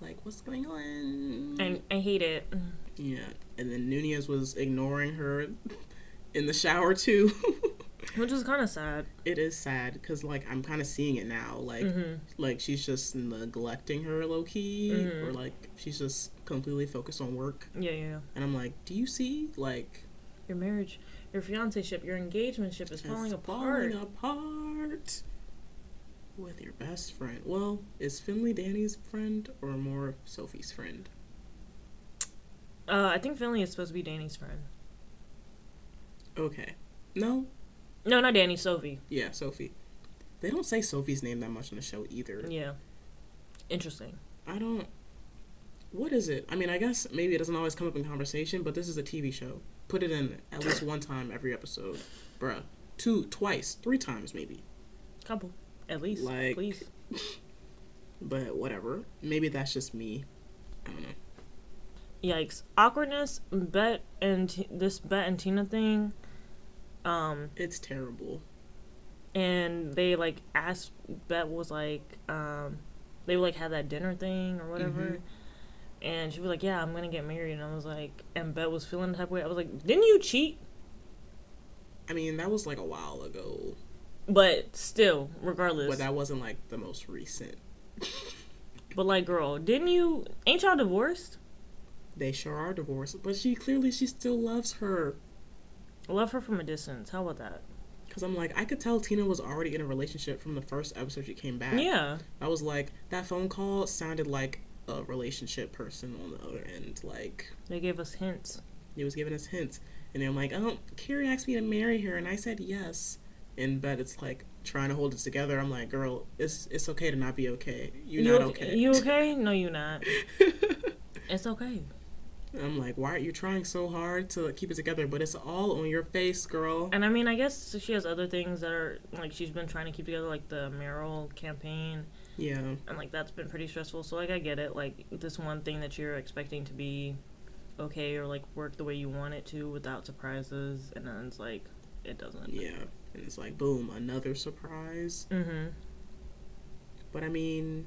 [SPEAKER 8] like what's going on?
[SPEAKER 7] I, I hate it.
[SPEAKER 8] yeah. And then Nunez was ignoring her in the shower too.
[SPEAKER 7] Which is kind of sad.
[SPEAKER 8] it is sad because like I'm kind of seeing it now. Like
[SPEAKER 7] Mm-hmm.
[SPEAKER 8] like she's just neglecting her low key,
[SPEAKER 7] Mm-hmm.
[SPEAKER 8] or like she's just completely focused on work.
[SPEAKER 7] Yeah, yeah, yeah.
[SPEAKER 8] And I'm like, do you see like
[SPEAKER 7] Your marriage, your fiancé ship, your engagement ship is falling
[SPEAKER 8] It's
[SPEAKER 7] apart.
[SPEAKER 8] Falling apart with your best friend. Well, is Finley Danny's friend or more Sophie's friend?
[SPEAKER 7] Uh, I think Finley is supposed to be Danny's friend.
[SPEAKER 8] Okay. No?
[SPEAKER 7] No, not Danny. Sophie.
[SPEAKER 8] Yeah, Sophie. They don't say Sophie's name that much in the show either.
[SPEAKER 7] Yeah. Interesting.
[SPEAKER 8] I don't. What is it? I mean, I guess maybe it doesn't always come up in conversation, but this is a TV show. Put it in at least one time every episode. Bruh. Two, twice, three times maybe.
[SPEAKER 7] Couple, at least.
[SPEAKER 8] Like-
[SPEAKER 7] please.
[SPEAKER 8] But whatever. Maybe that's just me. I don't know.
[SPEAKER 7] Yikes! Awkwardness. Bet and T- this Bet and Tina thing. Um,
[SPEAKER 8] It's terrible.
[SPEAKER 7] and they like asked Bet was like um they like had that dinner thing or whatever and she was like yeah I'm gonna get married and I was like and Bet was feeling the type of way I was like didn't you cheat
[SPEAKER 8] I mean, that was like a while ago.
[SPEAKER 7] but still regardless
[SPEAKER 8] But
[SPEAKER 7] but,
[SPEAKER 8] that wasn't like the most recent.
[SPEAKER 7] like girl didn't you ain't y'all divorced
[SPEAKER 8] They sure are divorced, but she clearly she still loves her.
[SPEAKER 7] I love her from a distance how about that
[SPEAKER 8] Cause I'm like, I could tell Tina was already in a relationship from the first episode she came back.
[SPEAKER 7] yeah
[SPEAKER 8] I was like, that phone call sounded like a relationship person on the other end. Like
[SPEAKER 7] they gave us hints
[SPEAKER 8] he was giving us hints, and then I'm like, oh, Carrie asked me to marry her, and I said yes. And but it's like trying to hold it together. I'm like, girl, it's it's okay to not be okay. You're
[SPEAKER 7] you
[SPEAKER 8] not
[SPEAKER 7] okay,
[SPEAKER 8] okay.
[SPEAKER 7] you okay no you not it's okay
[SPEAKER 8] I'm like, why are you trying so hard to keep it together? But it's all on your face, girl.
[SPEAKER 7] And I mean, I guess she has other things that are like she's been trying to keep together, like the Merrill campaign,
[SPEAKER 8] Yeah.
[SPEAKER 7] and like that's been pretty stressful. So like I get it, like this one thing that you're expecting to be okay or like work the way you want it to without surprises, and then it's like it doesn't.
[SPEAKER 8] Yeah. And it's like, boom, another surprise.
[SPEAKER 7] Mm-hmm.
[SPEAKER 8] But I mean,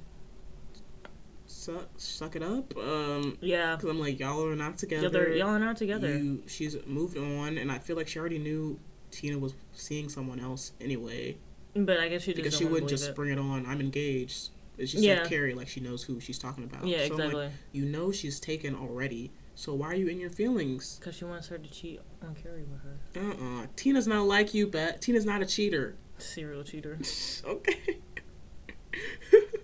[SPEAKER 8] suck, suck it up. Um,
[SPEAKER 7] Yeah.
[SPEAKER 8] because I'm like, y'all are not together.
[SPEAKER 7] Together, y'all are not together.
[SPEAKER 8] You, she's moved on, and I feel like she already knew Tina was seeing someone else anyway
[SPEAKER 7] But I guess she just
[SPEAKER 8] because
[SPEAKER 7] don't
[SPEAKER 8] she
[SPEAKER 7] wanna
[SPEAKER 8] wouldn't
[SPEAKER 7] believe
[SPEAKER 8] just
[SPEAKER 7] it.
[SPEAKER 8] spring it on. I'm engaged. And she said
[SPEAKER 7] Yeah.
[SPEAKER 8] Carrie like she knows who she's talking about.
[SPEAKER 7] Yeah,
[SPEAKER 8] so I'm like,
[SPEAKER 7] exactly.
[SPEAKER 8] you know she's taken already. So why are you in your feelings?
[SPEAKER 7] Because she wants her to cheat on Carrie with her.
[SPEAKER 8] Uh uh Tina's not like you, but Tina's not a cheater.
[SPEAKER 7] Serial cheater.
[SPEAKER 8] Okay.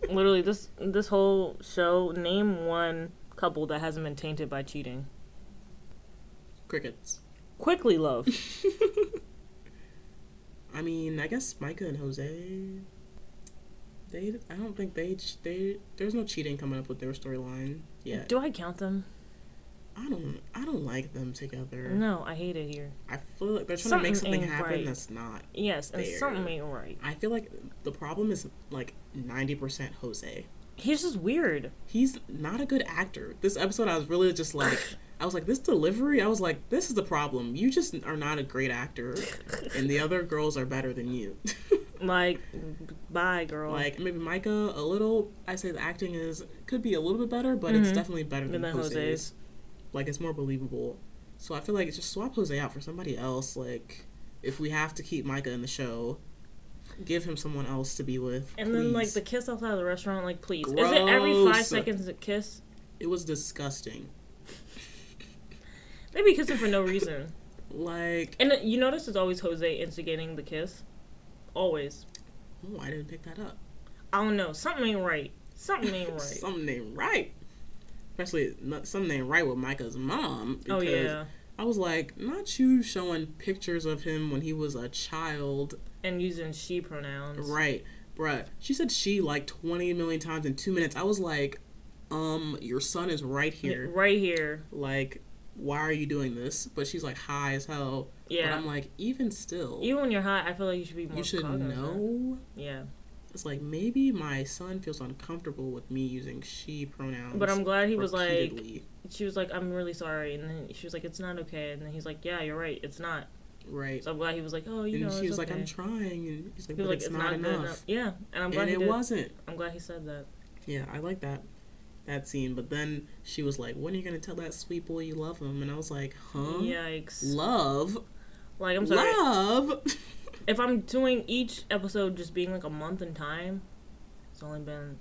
[SPEAKER 7] Literally, this this whole show, name one couple that hasn't been tainted by cheating.
[SPEAKER 8] Crickets.
[SPEAKER 7] Quickly, love.
[SPEAKER 8] I mean, I guess Micah and Jose. They, I don't think they, ch- they. There's no cheating coming up with their storyline yet.
[SPEAKER 7] Do I count them?
[SPEAKER 8] I don't, I don't like them together.
[SPEAKER 7] No, I hate it here.
[SPEAKER 8] I feel like they're trying to make
[SPEAKER 7] Mm-hmm. Something
[SPEAKER 8] something
[SPEAKER 7] ain't
[SPEAKER 8] happen
[SPEAKER 7] right.
[SPEAKER 8] that's not.
[SPEAKER 7] Yes, and
[SPEAKER 8] There.
[SPEAKER 7] something ain't right.
[SPEAKER 8] I feel like the problem is like ninety percent Jose.
[SPEAKER 7] He's just weird.
[SPEAKER 8] He's not a good actor. This episode, I was really just like, I was like, this delivery. I was like, this is the problem. You just are not a great actor, and the other girls are better than you.
[SPEAKER 7] Like, bye, girl.
[SPEAKER 8] like maybe Micah a little. I say the acting is could be a little bit better, but it's definitely better than,
[SPEAKER 7] Mm-hmm. than the
[SPEAKER 8] Jose's.
[SPEAKER 7] Jose's.
[SPEAKER 8] Like it's more believable. So I feel like just swap Jose out for somebody else. Like if we have to keep Micah in the show, give him someone else to be with.
[SPEAKER 7] And then, like,
[SPEAKER 8] please.
[SPEAKER 7] the kiss outside of the restaurant, like, please. Is it every five
[SPEAKER 8] Gross.
[SPEAKER 7] seconds a kiss?
[SPEAKER 8] it was disgusting.
[SPEAKER 7] They be kissing for no reason.
[SPEAKER 8] Like
[SPEAKER 7] And uh, you notice it's always Jose instigating the kiss. Always.
[SPEAKER 8] oh, I didn't pick that up.
[SPEAKER 7] I don't know. Something ain't right. Something ain't right.
[SPEAKER 8] Something ain't right. Especially not, something ain't right with Micah's mom.
[SPEAKER 7] oh,
[SPEAKER 8] Because
[SPEAKER 7] yeah.
[SPEAKER 8] I was like, not you showing pictures of him when he was a child
[SPEAKER 7] And using she pronouns.
[SPEAKER 8] Right, bruh. She said she like 20 million times in two minutes. I was like, um, your son is right here.
[SPEAKER 7] Right here.
[SPEAKER 8] Like, why are you doing this? But she's like high as hell.
[SPEAKER 7] Yeah.
[SPEAKER 8] But I'm like, even still, you,
[SPEAKER 7] Even when you're hot, I feel like you should be more
[SPEAKER 8] should
[SPEAKER 7] cognizant.
[SPEAKER 8] know.
[SPEAKER 7] Yeah.
[SPEAKER 8] It's like maybe my son feels uncomfortable with me using she pronouns.
[SPEAKER 7] But I'm glad he was like,
[SPEAKER 8] repeatedly.
[SPEAKER 7] she was like, I'm really sorry. And then she was like, it's not okay. And then he's like, yeah, you're right. It's not.
[SPEAKER 8] right.
[SPEAKER 7] So I'm glad he was like, oh, you
[SPEAKER 8] and
[SPEAKER 7] know,
[SPEAKER 8] she
[SPEAKER 7] it's
[SPEAKER 8] was
[SPEAKER 7] okay.
[SPEAKER 8] like, I'm trying, and he's like,
[SPEAKER 7] He was
[SPEAKER 8] but
[SPEAKER 7] like,
[SPEAKER 8] it's, not,
[SPEAKER 7] good
[SPEAKER 8] enough.
[SPEAKER 7] Yeah. And I'm glad
[SPEAKER 8] And
[SPEAKER 7] he
[SPEAKER 8] it
[SPEAKER 7] did.
[SPEAKER 8] wasn't.
[SPEAKER 7] I'm glad he said that.
[SPEAKER 8] Yeah, I like that that scene. But then she was like, "When are you gonna tell that sweet boy you love him?" And I was like, "Huh?
[SPEAKER 7] Yikes.
[SPEAKER 8] Love,
[SPEAKER 7] Like, I'm sorry.
[SPEAKER 8] love."
[SPEAKER 7] If I'm doing each episode just being like a month in time, it's only been.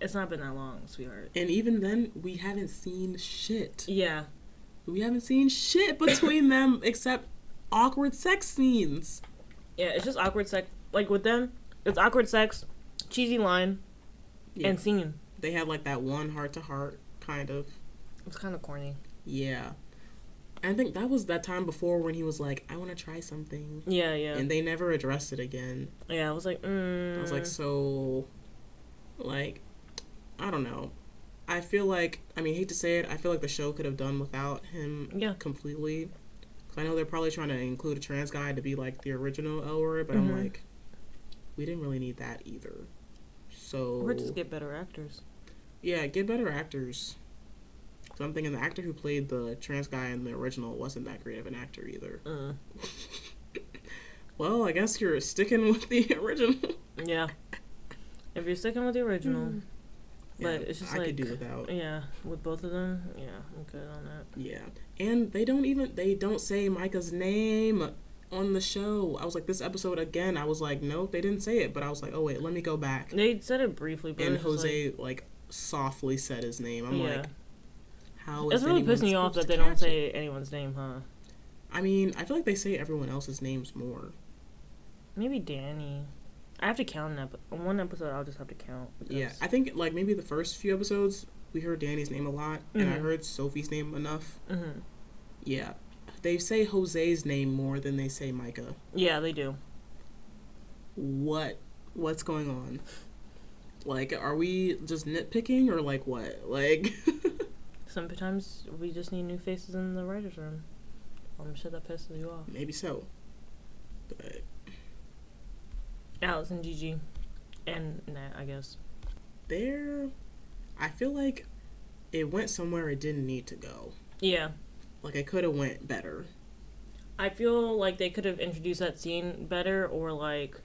[SPEAKER 7] It's not been that long, sweetheart.
[SPEAKER 8] and even then, we haven't seen shit.
[SPEAKER 7] Yeah.
[SPEAKER 8] We haven't seen shit between them except awkward sex scenes.
[SPEAKER 7] Yeah, it's just awkward sex. Like, with them, it's awkward sex, cheesy line,
[SPEAKER 8] Yeah.
[SPEAKER 7] and scene.
[SPEAKER 8] They had like that one heart to heart kind of.
[SPEAKER 7] It's kind of corny.
[SPEAKER 8] Yeah. I think that was that time before when he was like, "I want to try something,"
[SPEAKER 7] Yeah, yeah.
[SPEAKER 8] and they never addressed it again.
[SPEAKER 7] yeah, I was like, mm.
[SPEAKER 8] I was like, so, like, I don't know. I feel like, I mean, hate to say it, I feel like the show could have done without him
[SPEAKER 7] Yeah.
[SPEAKER 8] completely. 'Cause I know they're probably trying to include a trans guy to be like the original L word, but
[SPEAKER 7] Mm-hmm.
[SPEAKER 8] I'm like, we didn't really need that either. So,
[SPEAKER 7] or just get better actors.
[SPEAKER 8] yeah, get better actors. So I'm thinking the actor who played the trans guy in the original wasn't that great of an actor either.
[SPEAKER 7] Mm,
[SPEAKER 8] well, I guess you're sticking with the original.
[SPEAKER 7] Yeah. If you're sticking with the original, but
[SPEAKER 8] Yeah,
[SPEAKER 7] it's just
[SPEAKER 8] I
[SPEAKER 7] like
[SPEAKER 8] could do without.
[SPEAKER 7] yeah, with both of them, yeah, I'm good on that.
[SPEAKER 8] Yeah. And they don't even they don't say Micah's name on the show. I was like this episode again. I was like, nope, they didn't say it, but I was like, oh wait, let me go back.
[SPEAKER 7] They said it briefly, but
[SPEAKER 8] And
[SPEAKER 7] it's just, like,
[SPEAKER 8] Jose like, softly said his name. I'm
[SPEAKER 7] yeah,
[SPEAKER 8] like, how is
[SPEAKER 7] it's really
[SPEAKER 8] anyone
[SPEAKER 7] pissing you off
[SPEAKER 8] supposed
[SPEAKER 7] that
[SPEAKER 8] to
[SPEAKER 7] they don't
[SPEAKER 8] catch
[SPEAKER 7] say
[SPEAKER 8] it?
[SPEAKER 7] anyone's name, huh?
[SPEAKER 8] I mean, I feel like they say everyone else's names more.
[SPEAKER 7] Maybe Danny. I have to count that. But one episode, I'll just have to count.
[SPEAKER 8] Yeah.
[SPEAKER 7] because-
[SPEAKER 8] I think like maybe the first few episodes we heard Danny's name a lot and
[SPEAKER 7] Mm-hmm.
[SPEAKER 8] I heard Sophie's name enough.
[SPEAKER 7] Mhm.
[SPEAKER 8] Yeah. They say Jose's name more than they say Micah.
[SPEAKER 7] yeah, they do.
[SPEAKER 8] what what's going on like are we just nitpicking or like what like
[SPEAKER 7] Sometimes we just need new faces in the writers' room. Um, shit that pisses you off.
[SPEAKER 8] maybe so but
[SPEAKER 7] Alex and Gigi, and Nat, I guess.
[SPEAKER 8] there i feel like it went somewhere it didn't need to go
[SPEAKER 7] Yeah.
[SPEAKER 8] like it could have went better
[SPEAKER 7] I feel like they could have introduced that scene better, or like,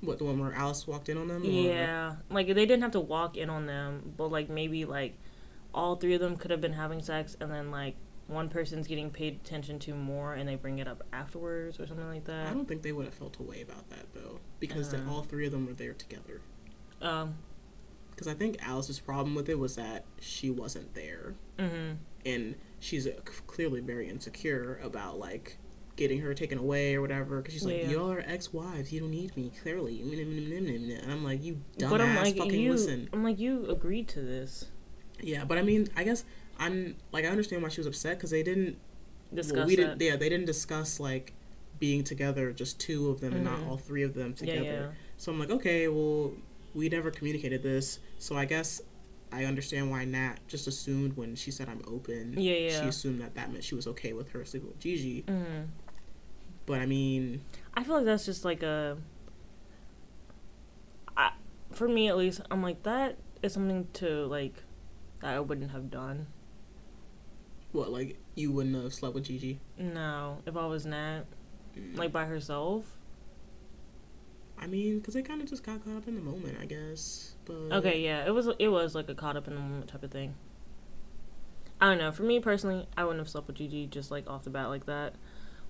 [SPEAKER 8] what the one where alice walked in on them or-
[SPEAKER 7] yeah, like they didn't have to walk in on them, but like maybe like all three of them could have been having sex, and then like one person's getting paid attention to more and they bring it up afterwards or something like
[SPEAKER 8] I
[SPEAKER 7] that.
[SPEAKER 8] don't think they would have felt a way about that though, because that all three of them were there together.
[SPEAKER 7] Um,
[SPEAKER 8] Because I think Alice's problem with it was that she wasn't there,
[SPEAKER 7] Mm-hmm.
[SPEAKER 8] and she's uh, c- clearly very insecure about like getting her taken away or whatever. Because she's like,
[SPEAKER 7] Yeah.
[SPEAKER 8] "Y'all are ex-wives. You don't need me." Clearly, and I'm like, "You dumbass,
[SPEAKER 7] but I'm like
[SPEAKER 8] fucking
[SPEAKER 7] you.
[SPEAKER 8] listen."
[SPEAKER 7] I'm like you agreed to this.
[SPEAKER 8] Yeah, but I mean, I guess I'm like I understand why she was upset because they didn't
[SPEAKER 7] Discuss
[SPEAKER 8] well, we
[SPEAKER 7] that.
[SPEAKER 8] didn't yeah they didn't discuss like being together just two of them and not all three of them
[SPEAKER 7] Mm-hmm. Yeah,
[SPEAKER 8] together
[SPEAKER 7] yeah.
[SPEAKER 8] so i'm like okay well we never communicated this so i guess i understand why nat just assumed when she said i'm open
[SPEAKER 7] Yeah,
[SPEAKER 8] she
[SPEAKER 7] yeah. Mm.
[SPEAKER 8] assumed that that meant she was okay with her sleeping with gigi but i mean
[SPEAKER 7] I feel like that's just like a. I, for me at least, I'm like that is something to like that I wouldn't have done.
[SPEAKER 8] what like you wouldn't have slept with gigi
[SPEAKER 7] No, if I was not like by herself.
[SPEAKER 8] i mean because they kind of just got caught up in the moment i guess but
[SPEAKER 7] Okay, yeah, it was it was like a caught up in the moment type of thing. I don't know. For me personally, I wouldn't have slept with Gigi just like off the bat like that.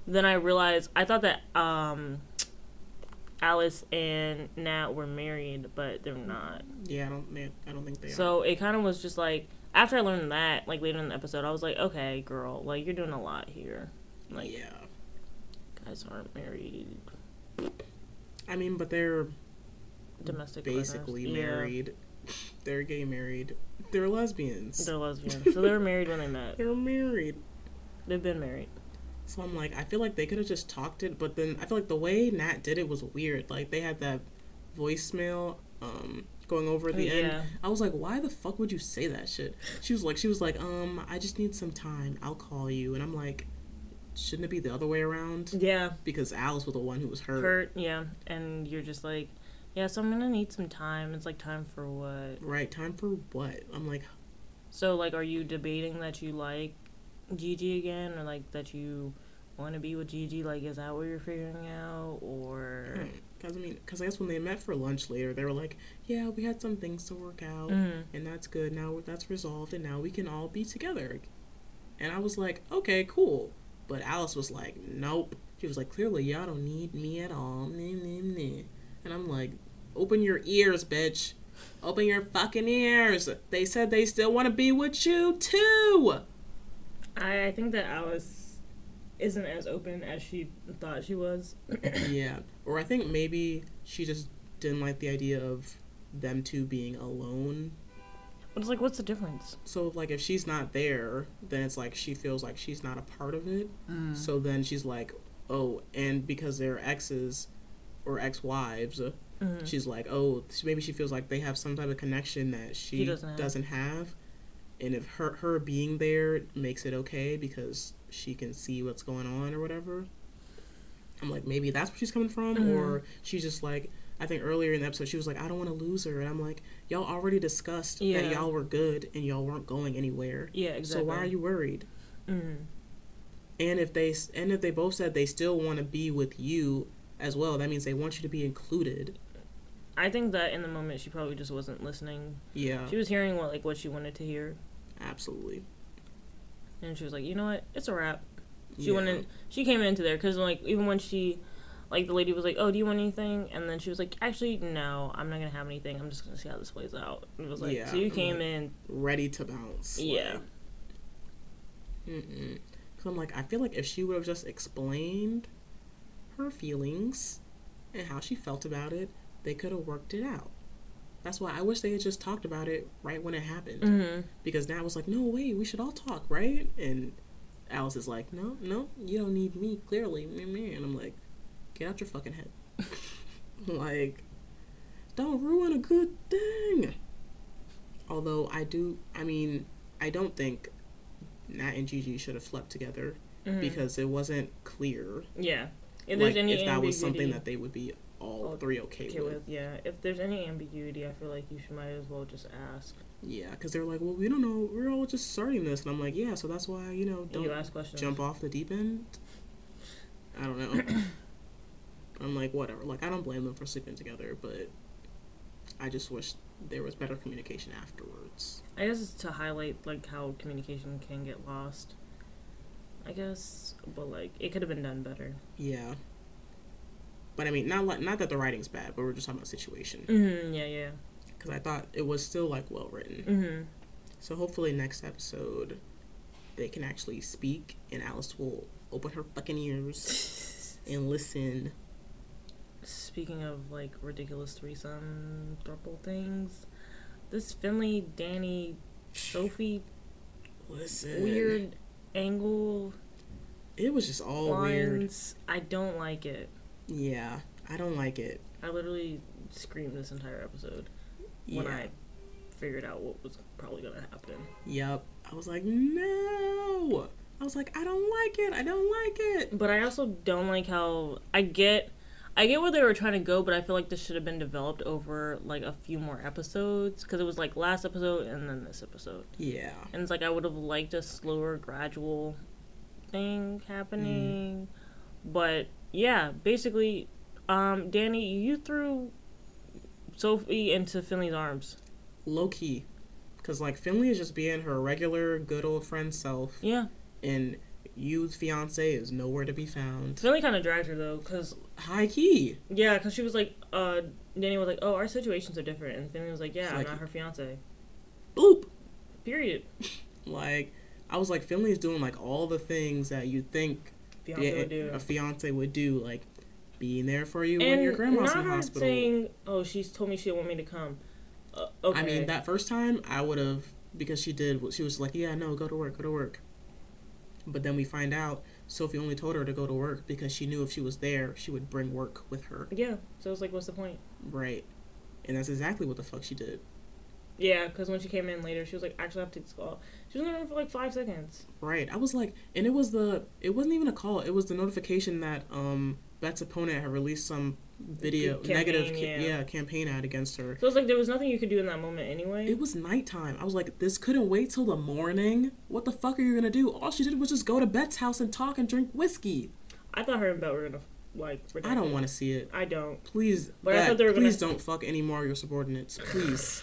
[SPEAKER 7] Then I realized I thought that um Alice and Nat were married, but they're not.
[SPEAKER 8] yeah i don't they, i don't think they are
[SPEAKER 7] So it kind of was just like after I learned that, like later in the episode, I was like, okay, girl, like you're doing a lot here. Like
[SPEAKER 8] yeah
[SPEAKER 7] guys aren't married,
[SPEAKER 8] i mean but they're
[SPEAKER 7] domestic. partners.
[SPEAKER 8] basically
[SPEAKER 7] Yeah,
[SPEAKER 8] married. They're gay married. They're lesbians.
[SPEAKER 7] they're lesbians, so they were married when they met.
[SPEAKER 8] They're married.
[SPEAKER 7] They've been married.
[SPEAKER 8] So I'm like, I feel like they could have just talked it, but then I feel like the way Nat did it was weird. Like they had that voicemail um going over at the
[SPEAKER 7] Oh, yeah.
[SPEAKER 8] end. I was like, why the fuck would you say that shit? She was like, she was like, um, I just need some time. I'll call you. And I'm like, shouldn't it be the other way around?
[SPEAKER 7] Yeah,
[SPEAKER 8] Because Alice was the one who was hurt.
[SPEAKER 7] hurt. Yeah, and you're just like, yeah. So I'm gonna need some time. It's like time for what?
[SPEAKER 8] Right. Time for what? I'm like,
[SPEAKER 7] So like, are you debating that you like Gigi again, or like that you want to be with Gigi? Like, is that what you're figuring out, or?
[SPEAKER 8] Hmm. Because I mean, because I guess when they met for lunch later, they were like, "Yeah, we had some things to work out, and that's good. Now that's resolved, and now we can all be together." And I was like, "Okay, cool." But Alice was like, "Nope." She was like, "Clearly, y'all don't need me at all." Nah, nah, nah. And I'm like, "Open your ears, bitch! Open your fucking ears!" They said they still want to be with you too.
[SPEAKER 7] I, I think that Alice isn't as open as she thought she was.
[SPEAKER 8] Yeah. Or I think maybe she just didn't like the idea of them two being alone
[SPEAKER 7] But it's like, what's the difference?
[SPEAKER 8] So like if she's not there, then it's like she feels like she's not a part of it.
[SPEAKER 7] Mm.
[SPEAKER 8] So then she's like, oh, and because they're exes or ex-wives, uh,
[SPEAKER 7] Mm-hmm.
[SPEAKER 8] she's like, oh, she- maybe she feels like they have some type of connection that she,
[SPEAKER 7] doesn't have.
[SPEAKER 8] have. And if her her being there makes it okay because she can see what's going on or whatever. I'm like maybe that's where she's coming from,
[SPEAKER 7] Mm-hmm.
[SPEAKER 8] or she's just like I think earlier in the episode she was like I don't want to lose her, and I'm like y'all already discussed
[SPEAKER 7] Yeah.
[SPEAKER 8] that y'all were good and y'all weren't going anywhere.
[SPEAKER 7] Yeah,
[SPEAKER 8] So
[SPEAKER 7] exactly.
[SPEAKER 8] why are
[SPEAKER 7] Mm-hmm.
[SPEAKER 8] you worried? And if they s- and if they both said they still want to be with you as well, that means they want you to be included.
[SPEAKER 7] I think that in the moment she probably just wasn't listening.
[SPEAKER 8] Yeah,
[SPEAKER 7] She was hearing what like what she wanted to hear,
[SPEAKER 8] absolutely.
[SPEAKER 7] and she was like, you know what, it's a wrap. She
[SPEAKER 8] Yeah.
[SPEAKER 7] went in. She came into there because like even when she, like the lady was like, "Oh, do you want anything?" And then she was like, "Actually, no, I'm not gonna have anything. I'm just gonna see how this plays out." And it was like,
[SPEAKER 8] Yeah,
[SPEAKER 7] "So you
[SPEAKER 8] I'm
[SPEAKER 7] came
[SPEAKER 8] like-
[SPEAKER 7] in,
[SPEAKER 8] Ready to bounce.
[SPEAKER 7] yeah,
[SPEAKER 8] Because I'm like, I feel like if she would have just explained her feelings and how she felt about it, they could have worked it out. That's why I wish they had just talked about it right when it happened. Because now was like, no, wait, we should all talk, right? And Alice is like, no, no, you don't need me, clearly. meh, meh. And I'm like, get out your fucking head. like, don't ruin a good thing. Although I do, I mean, I don't think Nat and Gigi should have slept together because it wasn't clear
[SPEAKER 7] yeah." If
[SPEAKER 8] like,
[SPEAKER 7] Mm-hmm. there's any
[SPEAKER 8] if that was something
[SPEAKER 7] ambiguity-
[SPEAKER 8] that they would be all
[SPEAKER 7] Oh,
[SPEAKER 8] three okay,
[SPEAKER 7] okay
[SPEAKER 8] with.
[SPEAKER 7] with, yeah, if there's any ambiguity, I feel like you should might as well just ask.
[SPEAKER 8] Yeah, because they were like, well, we don't know. We're all just starting this. And I'm like, yeah, so that's why, you know,
[SPEAKER 7] You
[SPEAKER 8] don't
[SPEAKER 7] ask questions.
[SPEAKER 8] jump off the deep end. I don't know. I'm like, whatever. Like, I don't blame them for sleeping together, but I just wish there was better communication afterwards.
[SPEAKER 7] I guess it's to highlight like how communication can get lost, I guess, but like it could have been done better.
[SPEAKER 8] Yeah. But I mean, not like not that the writing's bad, but we're just talking about situation
[SPEAKER 7] Mm-hmm, yeah, yeah.
[SPEAKER 8] because I thought it was still like well written.
[SPEAKER 7] Mm-hmm.
[SPEAKER 8] So hopefully next episode, they can actually speak and Alice will open her fucking ears and listen.
[SPEAKER 7] Speaking of like ridiculous threesome throuple things, this Finley, Danny, Sophie
[SPEAKER 8] Listen.
[SPEAKER 7] weird angle
[SPEAKER 8] It was just all Oh, weird.
[SPEAKER 7] lines. I don't like it.
[SPEAKER 8] Yeah, I don't like it.
[SPEAKER 7] I literally screamed this entire episode when
[SPEAKER 8] Yeah.
[SPEAKER 7] I figured out what was probably gonna happen.
[SPEAKER 8] Yep. I was like, no. I was like, I don't like it. I don't like it.
[SPEAKER 7] But I also don't like how I get I get where they were trying to go, but I feel like this should have been developed over like a few more episodes because it was like last episode and then this episode,
[SPEAKER 8] Yeah.
[SPEAKER 7] and it's like I would have liked a slower, gradual thing happening. But yeah, basically, um, Danny, you threw Sophie into Finley's arms.
[SPEAKER 8] Low key. Because, like, Finley is just being her regular, good old friend self,
[SPEAKER 7] Yeah,
[SPEAKER 8] and you's fiance is nowhere to be found.
[SPEAKER 7] Finley kind of dragged her though, because
[SPEAKER 8] High key.
[SPEAKER 7] yeah, because she was like, uh, Danny was like, oh, our situations are different, and Finley was like, yeah, I'm
[SPEAKER 8] like-
[SPEAKER 7] not her fiance.
[SPEAKER 8] Bloop.
[SPEAKER 7] Period.
[SPEAKER 8] Like, I was like, Finley is doing, like, all the things that you'd think
[SPEAKER 7] Fiance
[SPEAKER 8] a-
[SPEAKER 7] would do.
[SPEAKER 8] a fiance would do, like, being there for you when
[SPEAKER 7] and
[SPEAKER 8] your grandma's
[SPEAKER 7] not
[SPEAKER 8] in the
[SPEAKER 7] her
[SPEAKER 8] hospital.
[SPEAKER 7] saying, "Oh, she's told me she didn't want me to come." Uh, okay.
[SPEAKER 8] I mean, that first time, I would have because she did. what- She was like, "Yeah, no, go to work, go to work." But then we find out Sophie only told her to go to work because she knew if she was there, she would bring work with her,
[SPEAKER 7] Yeah. So it's like, what's the point?
[SPEAKER 8] right? And that's exactly what the fuck she did,
[SPEAKER 7] Yeah, because when she came in later, she was like, "Actually, I have to take this call." She was in the room for like five seconds.
[SPEAKER 8] right? I was like, and it was the it wasn't even a call. It was the notification that um Beth's opponent had released some video
[SPEAKER 7] Campaign,
[SPEAKER 8] negative ca-
[SPEAKER 7] yeah.
[SPEAKER 8] yeah campaign ad against her.
[SPEAKER 7] So it's like there was nothing you could do in that moment anyway.
[SPEAKER 8] It was nighttime. I was like, this couldn't wait till the morning. What the fuck are you gonna do? All she did was just go to Beth's house and talk and drink whiskey.
[SPEAKER 7] I thought her and Belle were gonna like.
[SPEAKER 8] I don't want to see it.
[SPEAKER 7] I don't.
[SPEAKER 8] Please,
[SPEAKER 7] Mm-hmm. But I
[SPEAKER 8] Beth,
[SPEAKER 7] thought they were gonna-
[SPEAKER 8] please don't fuck any more of your subordinates. Please.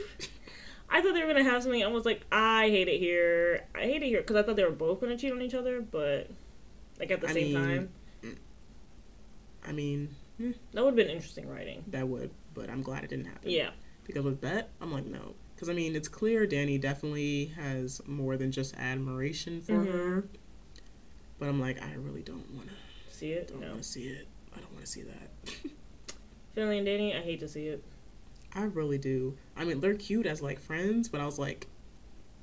[SPEAKER 7] I thought they were gonna have something. I was like, I hate it here. I hate it here because I thought they were both gonna cheat on each other, but like at the
[SPEAKER 8] I
[SPEAKER 7] same
[SPEAKER 8] mean-
[SPEAKER 7] time,
[SPEAKER 8] I mean,
[SPEAKER 7] that would have been interesting writing.
[SPEAKER 8] that would, but I'm glad it didn't happen.
[SPEAKER 7] Yeah.
[SPEAKER 8] Because with Beth, I'm like, no. Because I mean, it's clear Danny definitely has more than just admiration
[SPEAKER 7] Mm-hmm.
[SPEAKER 8] for her. But I'm like, I really don't want to.
[SPEAKER 7] See it?
[SPEAKER 8] Don't
[SPEAKER 7] No.
[SPEAKER 8] want to see it. I don't want to see that.
[SPEAKER 7] Finley and Danny, I hate to see it.
[SPEAKER 8] I really do. I mean, they're cute as like friends, but I was like,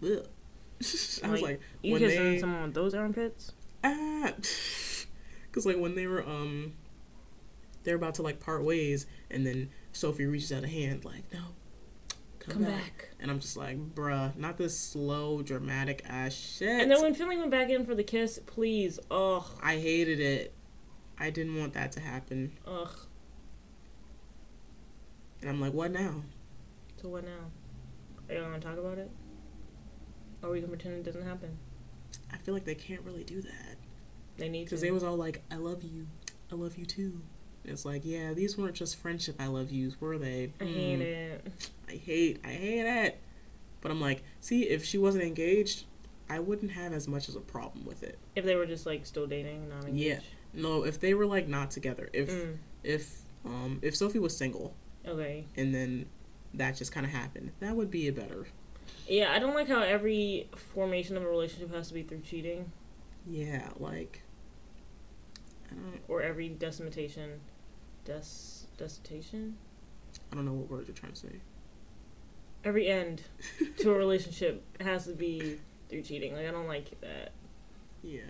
[SPEAKER 8] ugh. I was like,
[SPEAKER 7] you
[SPEAKER 8] when
[SPEAKER 7] kissing
[SPEAKER 8] they
[SPEAKER 7] someone with those armpits?
[SPEAKER 8] ah, because like when they were um, they're about to like part ways, and then Sophie reaches out a hand like, no, come,
[SPEAKER 7] Come
[SPEAKER 8] back.
[SPEAKER 7] back.
[SPEAKER 8] and I'm just like, bruh, not this slow dramatic ass shit.
[SPEAKER 7] And then when Finley went back in for the kiss, please, ugh,
[SPEAKER 8] I hated it. I didn't want that to happen,
[SPEAKER 7] ugh.
[SPEAKER 8] and I'm like, what now?
[SPEAKER 7] So what now? Are you gonna talk about it? Or are we gonna pretend it doesn't happen?
[SPEAKER 8] I feel like they can't really do that.
[SPEAKER 7] They need to.
[SPEAKER 8] Because they was all like, I love you. I love you too. And It's like, yeah, these weren't just friendship I love yous, were they? Hmm.
[SPEAKER 7] I hate it.
[SPEAKER 8] I hate, I hate it. But I'm like, see, if she wasn't engaged, I wouldn't have as much as a problem with it.
[SPEAKER 7] If they were just like still dating, not engaged.
[SPEAKER 8] Yeah. No, if they were like not together, if
[SPEAKER 7] Mm.
[SPEAKER 8] if um if Sophie was single
[SPEAKER 7] Okay.
[SPEAKER 8] and then that just kind of happened, that would be a better.
[SPEAKER 7] Yeah, I don't like how every formation of a relationship has to be through cheating
[SPEAKER 8] Yeah, like. I don't,
[SPEAKER 7] or every decimatation, des destination.
[SPEAKER 8] I don't know what word you're trying to say.
[SPEAKER 7] Every end to a relationship has to be through cheating. Like I don't like that.
[SPEAKER 8] Yeah.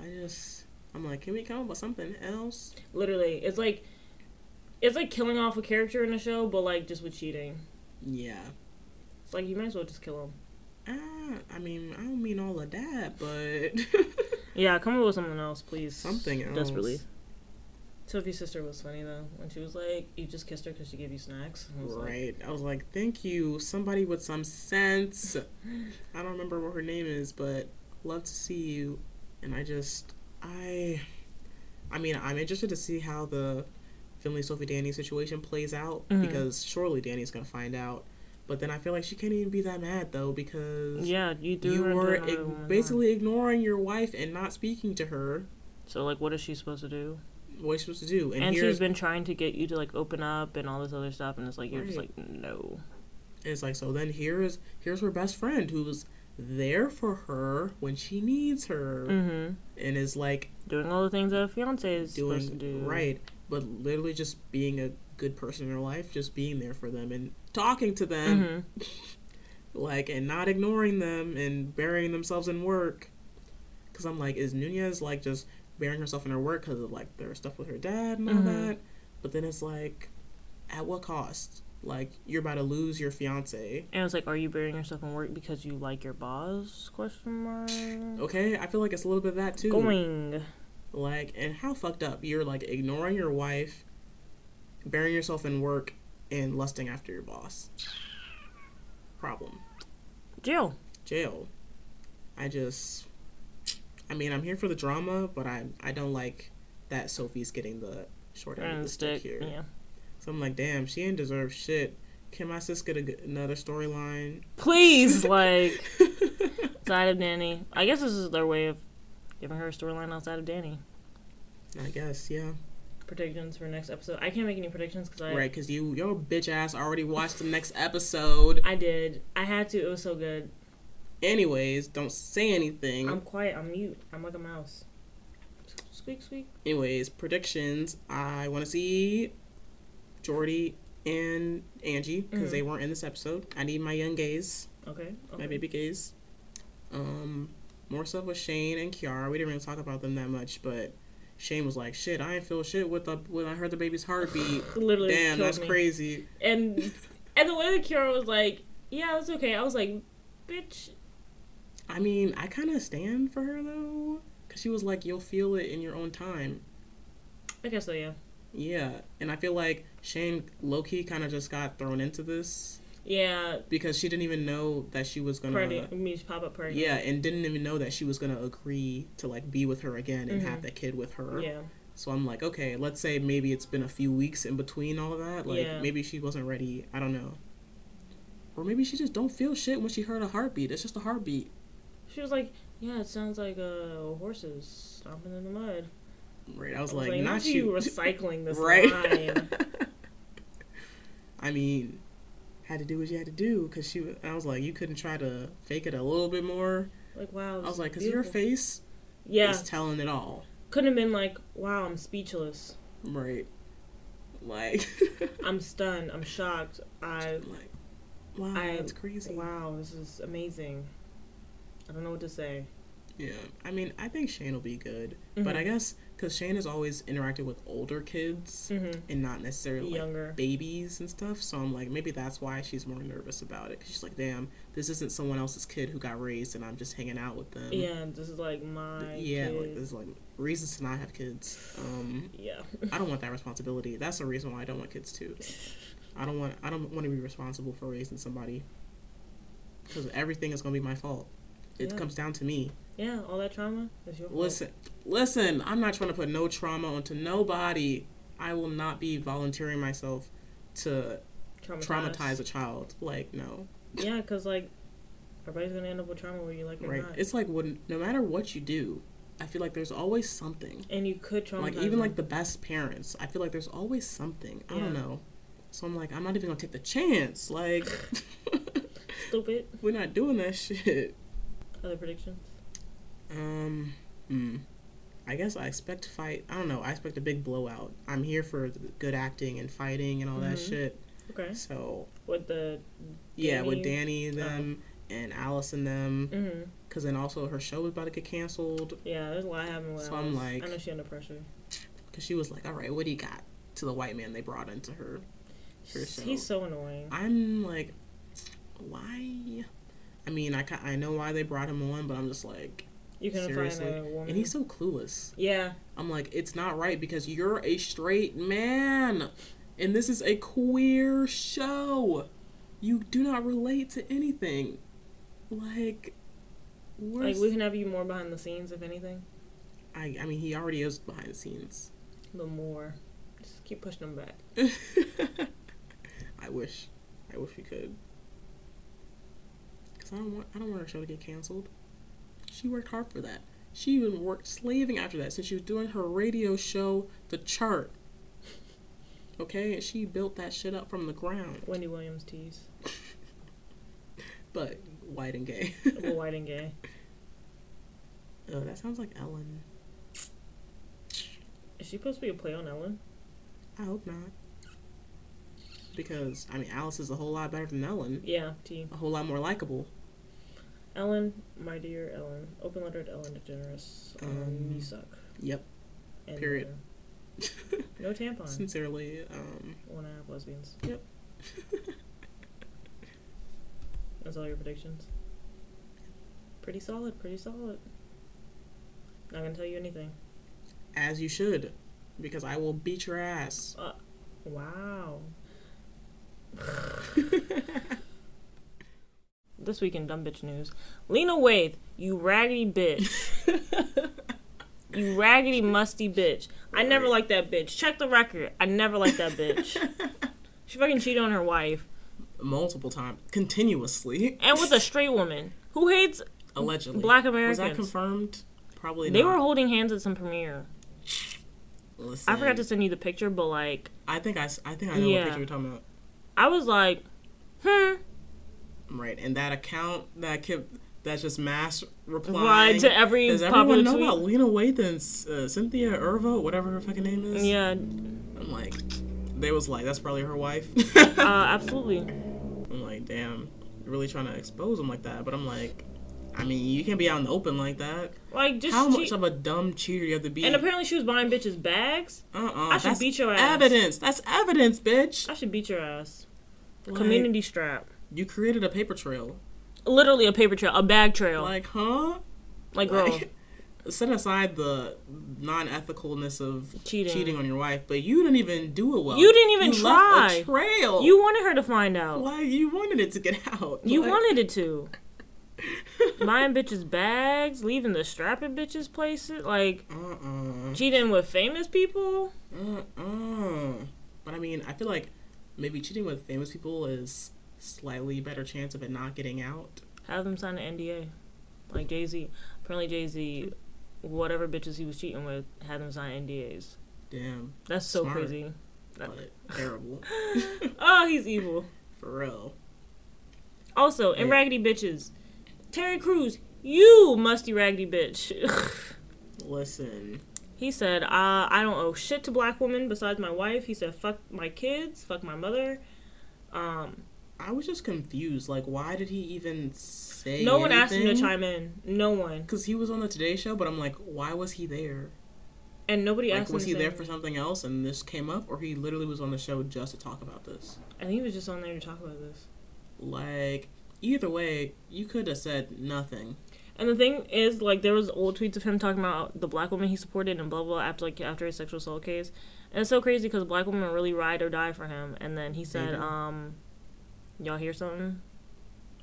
[SPEAKER 8] I just I'm like, can we come up with something else?
[SPEAKER 7] Literally, it's like it's like killing off a character in a show, but like just with cheating.
[SPEAKER 8] Yeah.
[SPEAKER 7] It's like you might as well just kill him.
[SPEAKER 8] Ah, I mean, I don't mean all of that, but
[SPEAKER 7] Yeah, come up with something else, please.
[SPEAKER 8] something else.
[SPEAKER 7] Desperately. Sophie's sister was funny though when she was like, "You just kissed her because she gave you snacks." I was like,
[SPEAKER 8] Right. I was like, thank you, somebody with some sense. I don't remember what her name is, but love to see you. And I just, I, I mean, I'm interested to see how
[SPEAKER 7] Mm-hmm.
[SPEAKER 8] the Finley Sophie Danny situation plays out because surely Danny's gonna find out. But then I feel like she can't even be that mad though because
[SPEAKER 7] Yeah, you threw
[SPEAKER 8] you
[SPEAKER 7] her
[SPEAKER 8] were
[SPEAKER 7] into another
[SPEAKER 8] ig-
[SPEAKER 7] woman's
[SPEAKER 8] basically ignoring your wife and not speaking to her.
[SPEAKER 7] arms. So like, what is she supposed to do?
[SPEAKER 8] What she's supposed to do? And,
[SPEAKER 7] And
[SPEAKER 8] here's
[SPEAKER 7] she's been trying to get you to like open up and all this other stuff, and it's like you're just
[SPEAKER 8] Right.
[SPEAKER 7] like, no.
[SPEAKER 8] it's like so. Then here is here's her best friend who's there for her when she needs her,
[SPEAKER 7] Mm-hmm.
[SPEAKER 8] and is like
[SPEAKER 7] Doing all the things that a fiance is supposed to
[SPEAKER 8] doing
[SPEAKER 7] do.
[SPEAKER 8] right, but literally just being a good person in her life, just being there for them and talking to them,
[SPEAKER 7] Mm-hmm.
[SPEAKER 8] like and not ignoring them and burying themselves in work. Because I'm like, is Nunez like just burying herself in her work because of like their stuff with her dad and all
[SPEAKER 7] Mm-hmm.
[SPEAKER 8] that? But then it's like, at what cost? Like you're about to lose your fiance.
[SPEAKER 7] And it's like, are you burying yourself in work because you like your boss? Question mark.
[SPEAKER 8] Okay, I feel like it's a little bit of that too.
[SPEAKER 7] Mm-hmm. Going.
[SPEAKER 8] Like, and how fucked up you're like ignoring your wife, burying yourself in work, and lusting after your boss. Problem.
[SPEAKER 7] Jill.
[SPEAKER 8] Jail. I just. I mean, I'm here for the drama, but I I don't like that Sophie's getting the short end of
[SPEAKER 7] And
[SPEAKER 8] the stick,
[SPEAKER 7] stick.
[SPEAKER 8] here.
[SPEAKER 7] Yeah.
[SPEAKER 8] So I'm like, damn, she ain't deserve shit. Can my sis get a g another storyline?
[SPEAKER 7] Please, like, outside of Danny. I guess this is their way of giving her a storyline outside of Danny.
[SPEAKER 8] I guess, yeah.
[SPEAKER 7] Predictions for next episode. I can't make any predictions because I
[SPEAKER 8] Right, because you, your bitch ass already watched the next episode.
[SPEAKER 7] I did. I had to. It was so good.
[SPEAKER 8] Anyways, don't say anything.
[SPEAKER 7] I'm quiet. I'm mute. I'm like a mouse. Squeak, squeak.
[SPEAKER 8] Anyways, predictions. I want to see Jordy and Angie
[SPEAKER 7] Mm-hmm.
[SPEAKER 8] because they weren't in this episode. I need my young gays,
[SPEAKER 7] Okay. okay.
[SPEAKER 8] my baby gays. Um, more stuff with Shane and Kiara. We didn't really talk about them that much, but Shane was like, "Shit, I ain't feel shit with the when I heard the baby's heartbeat.
[SPEAKER 7] Literally
[SPEAKER 8] Damn,
[SPEAKER 7] killed
[SPEAKER 8] that's
[SPEAKER 7] me.
[SPEAKER 8] crazy.
[SPEAKER 7] And and the way the cure was like, yeah, it's okay. I was like, bitch.
[SPEAKER 8] I mean, I kind of stand for her though, because she was like, "You'll feel it in your own time."
[SPEAKER 7] I guess so. Yeah.
[SPEAKER 8] Yeah, and I feel like Shane low key kind of just got thrown into this
[SPEAKER 7] Yeah.
[SPEAKER 8] because she didn't even know that she was gonna
[SPEAKER 7] Party. I mean, pop up party.
[SPEAKER 8] yeah and didn't even know that she was gonna agree to like be with her again and have that kid with her
[SPEAKER 7] Mm-hmm. Yeah.
[SPEAKER 8] so i'm like okay let's say maybe it's been a few weeks in between all that like
[SPEAKER 7] Yeah.
[SPEAKER 8] maybe she wasn't ready i don't know or maybe she just don't feel shit when she heard a heartbeat it's just a heartbeat
[SPEAKER 7] She was like, yeah, it sounds like uh, horses stomping in the mud.
[SPEAKER 8] right i was,
[SPEAKER 7] I was
[SPEAKER 8] like, not you
[SPEAKER 7] recycling this
[SPEAKER 8] Right.
[SPEAKER 7] line.
[SPEAKER 8] i mean had to do what you had to do because she wa- i was like you couldn't try to fake it a little bit more
[SPEAKER 7] Like wow.
[SPEAKER 8] i was like because your face
[SPEAKER 7] Yeah.
[SPEAKER 8] is telling it all
[SPEAKER 7] Couldn't have been like, wow, I'm speechless.
[SPEAKER 8] right like
[SPEAKER 7] I'm stunned. I'm shocked. I
[SPEAKER 8] like wow
[SPEAKER 7] I-
[SPEAKER 8] that's crazy
[SPEAKER 7] wow, this is amazing. I don't know what to say.
[SPEAKER 8] yeah i mean i think shane will be good but i guess because shane has always interacted with older kids and not necessarily like,
[SPEAKER 7] Younger.
[SPEAKER 8] babies and stuff so i'm like maybe that's why she's more nervous about it 'cause she's like damn this isn't someone else's kid who got raised and i'm just hanging out with them
[SPEAKER 7] Yeah, this is like my
[SPEAKER 8] yeah like
[SPEAKER 7] kid.
[SPEAKER 8] there's like reasons to not have kids um
[SPEAKER 7] Yeah.
[SPEAKER 8] i don't want that responsibility that's the reason why i don't want kids too i don't want i don't want to be responsible for raising somebody because everything is going to be my fault it
[SPEAKER 7] Yeah.
[SPEAKER 8] comes down to me
[SPEAKER 7] Yeah, all that trauma is your fault.
[SPEAKER 8] Listen, listen, I'm not trying to put no trauma onto nobody. I will not be volunteering myself to traumatize a child. Like, no.
[SPEAKER 7] Yeah, because like everybody's gonna end up with trauma whether you like it or
[SPEAKER 8] Right.
[SPEAKER 7] not.
[SPEAKER 8] It's like when, no matter what you do, I feel like there's always something.
[SPEAKER 7] and you could traumatize
[SPEAKER 8] Like even like
[SPEAKER 7] them.
[SPEAKER 8] the best parents, I feel like there's always something. I don't
[SPEAKER 7] Yeah.
[SPEAKER 8] know. So I'm like, I'm not even gonna take the chance. Like
[SPEAKER 7] stupid
[SPEAKER 8] we're not doing that shit.
[SPEAKER 7] other predictions.
[SPEAKER 8] Um, hmm. I guess I expect fight. I don't know. I expect a big blowout. I'm here for the good acting and fighting and all that shit.
[SPEAKER 7] Okay.
[SPEAKER 8] So
[SPEAKER 7] With the
[SPEAKER 8] yeah, with
[SPEAKER 7] Mm-hmm. Danny- Uh-huh. Mm.
[SPEAKER 8] Danny and them and Alice and them, because then also her show was about to get canceled.
[SPEAKER 7] yeah, there's a lot happening with
[SPEAKER 8] So I'm
[SPEAKER 7] Alice.
[SPEAKER 8] like-
[SPEAKER 7] I know she under pressure.
[SPEAKER 8] Because she was like, "All right, what do you got?" To the white man they brought into her. her show.
[SPEAKER 7] He's so annoying.
[SPEAKER 8] I'm like, why? I mean, I ca- I know why they brought him on, but I'm just like,
[SPEAKER 7] You can
[SPEAKER 8] seriously,
[SPEAKER 7] find a woman.
[SPEAKER 8] and he's so clueless.
[SPEAKER 7] yeah,
[SPEAKER 8] I'm like, it's not right because you're a straight man. And this is a queer show. You do not relate to anything. Like,
[SPEAKER 7] like
[SPEAKER 8] where's.
[SPEAKER 7] we can have you more behind the scenes, if anything.
[SPEAKER 8] I, I mean, he already is behind the scenes.
[SPEAKER 7] The more, just keep pushing them back.
[SPEAKER 8] I wish. I wish we could. 'Cause I don't want I don't want her show to get canceled. She worked hard for that. She even worked slaving after that since she was doing her radio show, The Chart. Okay, and she built that shit up from the ground.
[SPEAKER 7] Wendy Williams tease.
[SPEAKER 8] But white and gay.
[SPEAKER 7] Well, white and gay.
[SPEAKER 8] oh, that sounds like Ellen.
[SPEAKER 7] Is she supposed to be a play on Ellen?
[SPEAKER 8] I hope not. Because I mean, Alice is a whole lot better than Ellen.
[SPEAKER 7] Yeah, T.
[SPEAKER 8] A whole lot more likable.
[SPEAKER 7] Ellen, my dear Ellen. Open letter to Ellen DeGeneres. Um, you suck.
[SPEAKER 8] Yep.
[SPEAKER 7] And,
[SPEAKER 8] Period.
[SPEAKER 7] uh, no tampon.
[SPEAKER 8] Sincerely, um,
[SPEAKER 7] One half lesbians.
[SPEAKER 8] yep.
[SPEAKER 7] That's all your predictions. Pretty solid. Pretty solid. Not gonna tell you anything.
[SPEAKER 8] As you should, because I will beat your ass.
[SPEAKER 7] Wow. this week in dumb bitch news, Lena Waithe, you raggedy bitch, you raggedy musty bitch. I never liked that bitch. Check the record. I never liked that bitch. she fucking cheated on her wife
[SPEAKER 8] Multiple times, continuously,
[SPEAKER 7] and with a straight woman who hates.
[SPEAKER 8] allegedly.
[SPEAKER 7] Black
[SPEAKER 8] Was that
[SPEAKER 7] Americans.
[SPEAKER 8] confirmed? Probably
[SPEAKER 7] They
[SPEAKER 8] not.
[SPEAKER 7] were holding hands at some premiere.
[SPEAKER 8] Listen,
[SPEAKER 7] I forgot to send you the picture, but like,
[SPEAKER 8] I think I, s- I think I know
[SPEAKER 7] Yeah.
[SPEAKER 8] what picture you're talking about.
[SPEAKER 7] I was like, hmm.
[SPEAKER 8] Right, and that account that I kept that's just mass replying
[SPEAKER 7] Right, to every
[SPEAKER 8] Does
[SPEAKER 7] popular
[SPEAKER 8] everyone know
[SPEAKER 7] tweet.
[SPEAKER 8] about Lena Waithe and uh, Cynthia Irvo, whatever her fucking name is?
[SPEAKER 7] Yeah,
[SPEAKER 8] I'm like, they was like, that's probably her wife.
[SPEAKER 7] uh, absolutely.
[SPEAKER 8] I'm like, damn, you're really trying to expose them like that. But I'm like, I mean, you can't be out in the open like that.
[SPEAKER 7] Like, just
[SPEAKER 8] How
[SPEAKER 7] cheat-
[SPEAKER 8] much of a dumb cheater you have to be?
[SPEAKER 7] And apparently she was buying bitches bags.
[SPEAKER 8] uh-uh,
[SPEAKER 7] I should
[SPEAKER 8] that's
[SPEAKER 7] beat your ass.
[SPEAKER 8] Evidence. That's evidence, bitch.
[SPEAKER 7] I should beat your ass.
[SPEAKER 8] Like,
[SPEAKER 7] Community strap.
[SPEAKER 8] You created a paper trail.
[SPEAKER 7] Literally a paper trail, a bag trail. Like,
[SPEAKER 8] Like, huh?
[SPEAKER 7] girl,
[SPEAKER 8] like- set aside the non-ethicalness of
[SPEAKER 7] Cheating.
[SPEAKER 8] cheating, on your wife, but you didn't even do it well.
[SPEAKER 7] You didn't even
[SPEAKER 8] you
[SPEAKER 7] try.
[SPEAKER 8] Left a trail.
[SPEAKER 7] you wanted her to find out.
[SPEAKER 8] like you wanted it to get out.
[SPEAKER 7] You
[SPEAKER 8] Like,
[SPEAKER 7] wanted it to. Buying bitches bags, leaving the strap at bitches places, like
[SPEAKER 8] Uh-uh.
[SPEAKER 7] cheating with famous people.
[SPEAKER 8] Uh-uh. But I mean, I feel like maybe cheating with famous people is slightly better chance of it not getting out.
[SPEAKER 7] Have them sign an NDA, like Jay Z. Apparently Jay Z, whatever bitches he was cheating with, had them sign NDAs.
[SPEAKER 8] Damn,
[SPEAKER 7] That's so
[SPEAKER 8] Smart.
[SPEAKER 7] crazy.
[SPEAKER 8] but terrible
[SPEAKER 7] Oh, he's evil.
[SPEAKER 8] for real.
[SPEAKER 7] Also, and
[SPEAKER 8] Yeah.
[SPEAKER 7] raggedy bitches. Terry Crews, you musty raggedy bitch.
[SPEAKER 8] Listen,
[SPEAKER 7] he said, uh, I don't owe shit to black women besides my wife. He said, fuck my kids, fuck my mother. Um,
[SPEAKER 8] I was just confused. Like, why did he even say?
[SPEAKER 7] no one asked him to
[SPEAKER 8] anything?
[SPEAKER 7] chime in. No one.
[SPEAKER 8] Because he was on the Today Show, but I'm like, why was he there?
[SPEAKER 7] And nobody
[SPEAKER 8] Like,
[SPEAKER 7] asked
[SPEAKER 8] was
[SPEAKER 7] him.
[SPEAKER 8] he
[SPEAKER 7] to
[SPEAKER 8] there
[SPEAKER 7] say
[SPEAKER 8] for something else and this came up, or he literally was on the show just to talk about this?
[SPEAKER 7] anything. I think he was just on there to talk about this.
[SPEAKER 8] Like, either way, you could have said nothing.
[SPEAKER 7] And the thing is, like, there was old tweets of him talking about the black woman he supported and blah blah after like after his sexual assault case, and it's so crazy because black women really ride or die for him. And then he said,
[SPEAKER 8] do.
[SPEAKER 7] um, y'all hear something?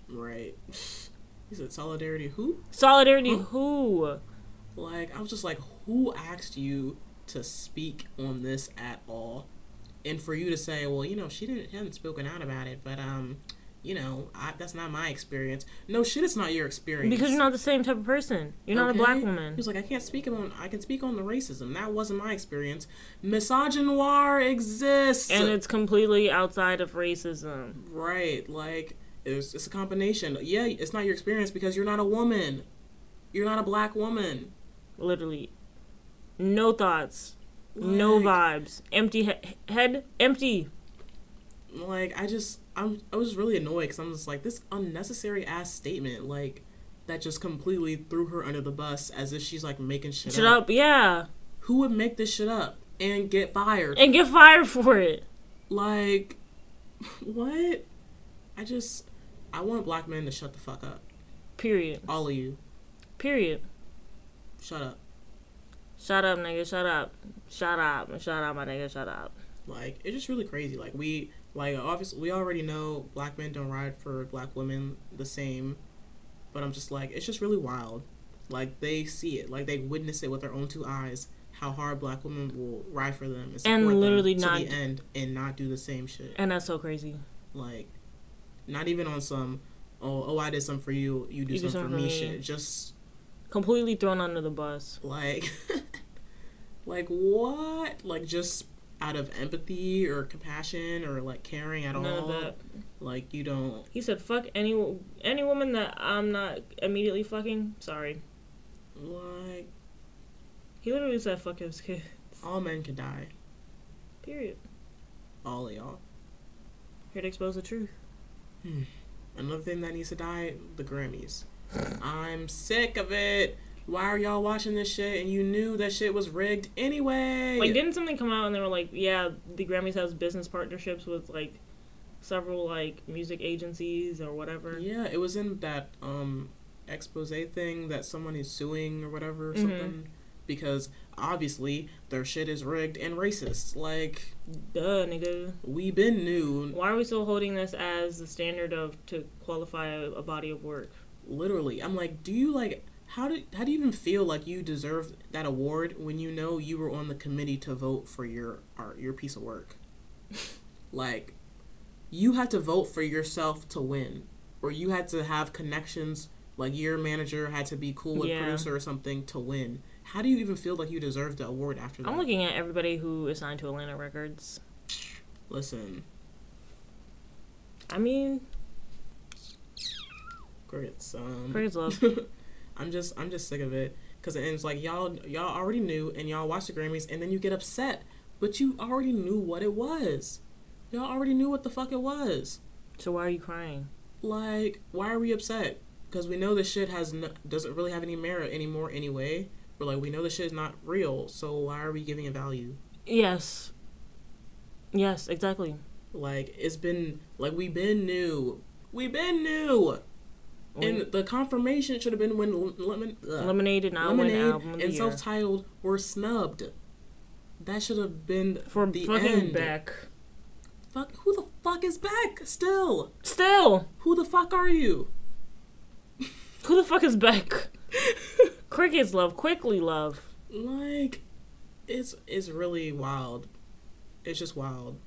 [SPEAKER 8] Right. He said, solidarity who?
[SPEAKER 7] Solidarity who?
[SPEAKER 8] Like, I was just like, who asked you to speak on this at all? And for you to say, well, you know, she didn't, she hadn't spoken out about it, but, um, you know, I, that's not my experience. No shit, it's not your experience.
[SPEAKER 7] Because you're not the same type of person. You're not a black woman.
[SPEAKER 8] He was like, I can't speak on. I can speak on the racism. That wasn't my experience. Misogynoir exists.
[SPEAKER 7] and it's completely outside of racism.
[SPEAKER 8] right. Like it's it's a combination. Yeah, it's not your experience because you're not a woman. You're not a black woman.
[SPEAKER 7] Literally. No thoughts. No vibes. Empty he- head. Empty.
[SPEAKER 8] Like I just I'm I was just really annoyed because I'm just like this unnecessary ass statement like that just completely threw her under the bus as if she's like making shit,
[SPEAKER 7] Shut up. Yeah.
[SPEAKER 8] Who would make this shit up and get fired?
[SPEAKER 7] And get fired for it.
[SPEAKER 8] Like, what? I just, I want black men to shut the fuck up.
[SPEAKER 7] Period.
[SPEAKER 8] All of you,
[SPEAKER 7] Period.
[SPEAKER 8] shut up.
[SPEAKER 7] Shut up, nigga. Shut up. Shut up. Shut up, my nigga. Shut up.
[SPEAKER 8] Like, it's just really crazy. Like, we, like, obviously, we already know black men don't ride for black women the same, but I'm just like, it's just really wild. Like, they see it, like, they witness it with their own two eyes. How hard black women will ride for them and, support
[SPEAKER 7] literally
[SPEAKER 8] them
[SPEAKER 7] not-
[SPEAKER 8] to the end and not do the same shit.
[SPEAKER 7] And that's so crazy.
[SPEAKER 8] like not even on some oh oh I did something for you, you do
[SPEAKER 7] You
[SPEAKER 8] something for me, shit. Just
[SPEAKER 7] Completely thrown under the bus.
[SPEAKER 8] like like what? Like just out of empathy or compassion or like caring at
[SPEAKER 7] None
[SPEAKER 8] all.
[SPEAKER 7] of that.
[SPEAKER 8] Like you don't
[SPEAKER 7] He said, "Fuck any any woman that I'm not immediately fucking." Sorry.
[SPEAKER 8] like
[SPEAKER 7] He literally said, "Fuck his kid."
[SPEAKER 8] all men can die.
[SPEAKER 7] Period.
[SPEAKER 8] All of y'all.
[SPEAKER 7] Here to expose the truth.
[SPEAKER 8] Another thing that needs to die, the Grammys. I'm sick of it. Why are y'all watching this shit and you knew that shit was rigged anyway?
[SPEAKER 7] Like, didn't something come out and they were like, "Yeah, the Grammys has business partnerships with like several like music agencies or whatever."
[SPEAKER 8] Yeah, it was in that um expose thing that someone is suing or whatever or
[SPEAKER 7] Mhm.
[SPEAKER 8] something because obviously their shit is rigged and racist. Like
[SPEAKER 7] Duh, nigga.
[SPEAKER 8] we been new
[SPEAKER 7] Why are we still holding this as the standard of to qualify a, a body of work?
[SPEAKER 8] literally. I'm like, do you like how do how do you even feel like you deserve that award when you know you were on the committee to vote for your art, your piece of work? like you had to vote for yourself to win or you had to have connections like your manager had to be cool with
[SPEAKER 7] Yeah.
[SPEAKER 8] producer or something to win how do you even feel like you deserve the award after that
[SPEAKER 7] I'm looking at everybody who is signed to Atlanta Records.
[SPEAKER 8] listen
[SPEAKER 7] I mean,
[SPEAKER 8] grits um
[SPEAKER 7] Praise love.
[SPEAKER 8] i'm just i'm just sick of it because it ends like y'all y'all already knew and y'all watch the grammys and then you get upset but you already knew what it was y'all already knew what the fuck it was
[SPEAKER 7] So why are you crying?
[SPEAKER 8] like why are we upset because we know this shit has no, doesn't really have any merit anymore anyway but like we know this shit is not real so why are we giving it value
[SPEAKER 7] Yes. Yes, exactly.
[SPEAKER 8] like it's been like we been new we been new and the confirmation should have been when L- lemon ugh,
[SPEAKER 7] Lemonade not win
[SPEAKER 8] Uh, lemonade
[SPEAKER 7] album of the
[SPEAKER 8] and
[SPEAKER 7] year.
[SPEAKER 8] self-titled were snubbed that should have been
[SPEAKER 7] For
[SPEAKER 8] the
[SPEAKER 7] fucking
[SPEAKER 8] end.
[SPEAKER 7] back.
[SPEAKER 8] Fuck, who the fuck is back still?
[SPEAKER 7] Still,
[SPEAKER 8] Who the fuck are you?
[SPEAKER 7] who the fuck is back? Crickets love, quickly love.
[SPEAKER 8] like it's it's really wild it's just wild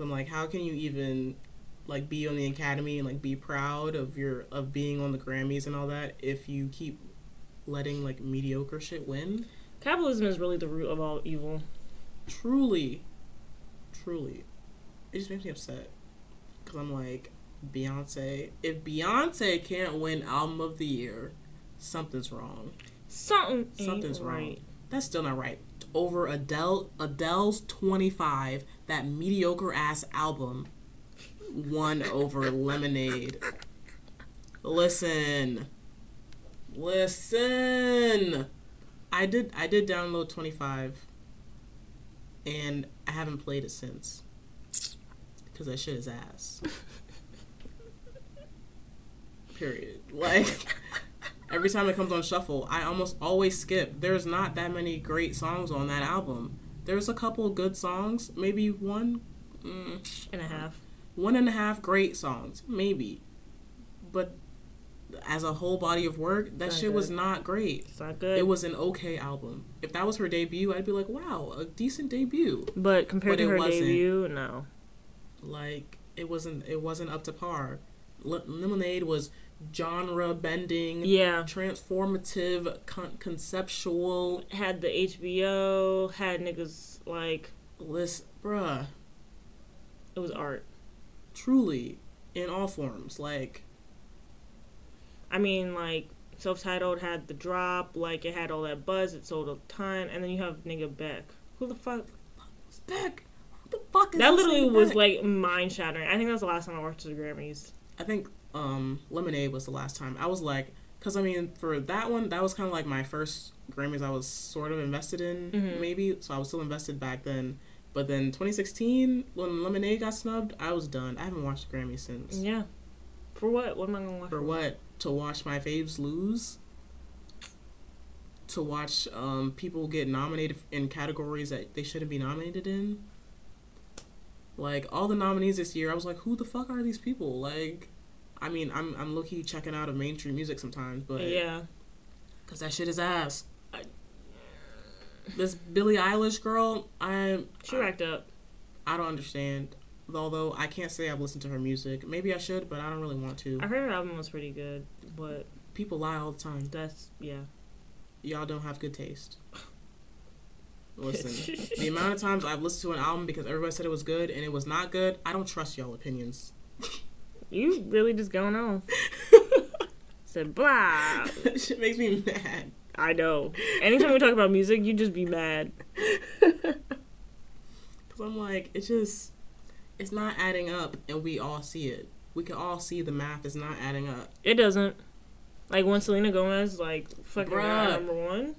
[SPEAKER 8] i'm like how can you even like be on the academy and like be proud of your of being on the grammys and all that if you keep letting like mediocre shit win
[SPEAKER 7] Capitalism is really the root of all evil.
[SPEAKER 8] truly truly it just makes me upset because i'm like beyonce if beyonce can't win album of the year something's wrong
[SPEAKER 7] Something ain't
[SPEAKER 8] Something's wrong.
[SPEAKER 7] right.
[SPEAKER 8] That's still not right. Over Adele Adele's 25, that mediocre ass album won over Lemonade. Listen. Listen. I did I did download 25 and I haven't played it since. Cuz that shit is ass. Period. Like every time it comes on shuffle, I almost always skip. There's not that many great songs on that album. There's a couple good songs, maybe one, mm,
[SPEAKER 7] And a half.
[SPEAKER 8] one and a half great songs, maybe. But as a whole body of work, that
[SPEAKER 7] Not
[SPEAKER 8] shit was
[SPEAKER 7] good.
[SPEAKER 8] not great.
[SPEAKER 7] It's not good.
[SPEAKER 8] It was an okay album. If that was her debut, I'd be like, wow, a decent debut.
[SPEAKER 7] but compared
[SPEAKER 8] but
[SPEAKER 7] to
[SPEAKER 8] it
[SPEAKER 7] her
[SPEAKER 8] wasn't.
[SPEAKER 7] debut, no.
[SPEAKER 8] like it wasn't it wasn't up to par. Le- Lemonade was genre bending,
[SPEAKER 7] Yeah.
[SPEAKER 8] transformative, con- conceptual.
[SPEAKER 7] Had the HBO, had niggas like
[SPEAKER 8] List, bruh,
[SPEAKER 7] it was art.
[SPEAKER 8] truly in all forms. Like
[SPEAKER 7] I mean, like self-titled had the drop, like it had all that buzz, it sold a ton, and then you have nigga Beck. Who the fuck?
[SPEAKER 8] Beck, what the fuck is
[SPEAKER 7] That
[SPEAKER 8] this
[SPEAKER 7] literally
[SPEAKER 8] nigga
[SPEAKER 7] was
[SPEAKER 8] Beck?
[SPEAKER 7] like mind shattering. I think that's the last time I watched the Grammys.
[SPEAKER 8] I think um Lemonade was the last time. I was like, because I mean, for that one, that was kind of like my first Grammys I was sort of invested in, maybe. So I was still invested back then. But then 2016, when Lemonade got snubbed, I was done. I haven't watched the Grammys since.
[SPEAKER 7] Yeah. For what? What am I gonna watch?
[SPEAKER 8] For what? To watch my faves lose? To watch um, people get nominated in categories that they shouldn't be nominated in? Like all the nominees this year, I was like, who the fuck are these people? Like, I mean, I'm I'm low key checking out of mainstream music sometimes, but
[SPEAKER 7] Yeah.
[SPEAKER 8] cause that shit is ass. I, this Billie Eilish girl, I
[SPEAKER 7] She racked up.
[SPEAKER 8] I don't understand. although I can't say I've listened to her music. Maybe I should, but I don't really want to.
[SPEAKER 7] I heard her album was pretty good, but
[SPEAKER 8] People lie all the time.
[SPEAKER 7] that's yeah.
[SPEAKER 8] Y'all don't have good taste. Listen, the amount of times I've listened to an album because everybody said it was good and it was not good, I don't trust y'all opinions.
[SPEAKER 7] You really just going off. Said blah.
[SPEAKER 8] that shit makes me mad.
[SPEAKER 7] I know. Anytime we talk about music, you just be mad.
[SPEAKER 8] Because I'm like, it's just, it's not adding up, and we all see it. We can all see the math is not adding up.
[SPEAKER 7] It doesn't. Like when Selena Gomez like fucking got
[SPEAKER 8] Bruh.
[SPEAKER 7] number one.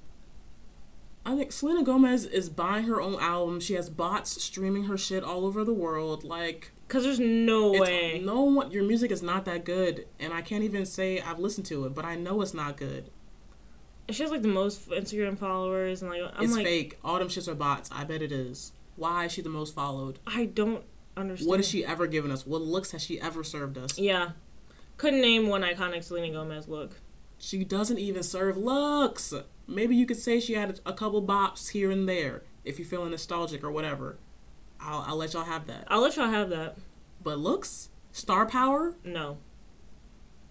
[SPEAKER 8] I think Selena Gomez is buying her own album. She has bots streaming her shit all over the world. Like,
[SPEAKER 7] Cause there's no
[SPEAKER 8] it's,
[SPEAKER 7] way.
[SPEAKER 8] no one, your music is not that good, and I can't even say I've listened to it, but I know it's not good.
[SPEAKER 7] she has like the most Instagram followers, and like I'm
[SPEAKER 8] it's
[SPEAKER 7] like
[SPEAKER 8] fake. All them shits are bots. I bet it is. Why is she the most followed?
[SPEAKER 7] I don't understand.
[SPEAKER 8] What has she ever given us? What looks has she ever served us?
[SPEAKER 7] Yeah, couldn't name one iconic Selena Gomez look.
[SPEAKER 8] She doesn't even serve looks. Maybe you could say she had a, a couple bops here and there if you're feeling nostalgic or whatever. I'll, I'll let y'all have that.
[SPEAKER 7] I'll let y'all have that.
[SPEAKER 8] But looks, star power,
[SPEAKER 7] No,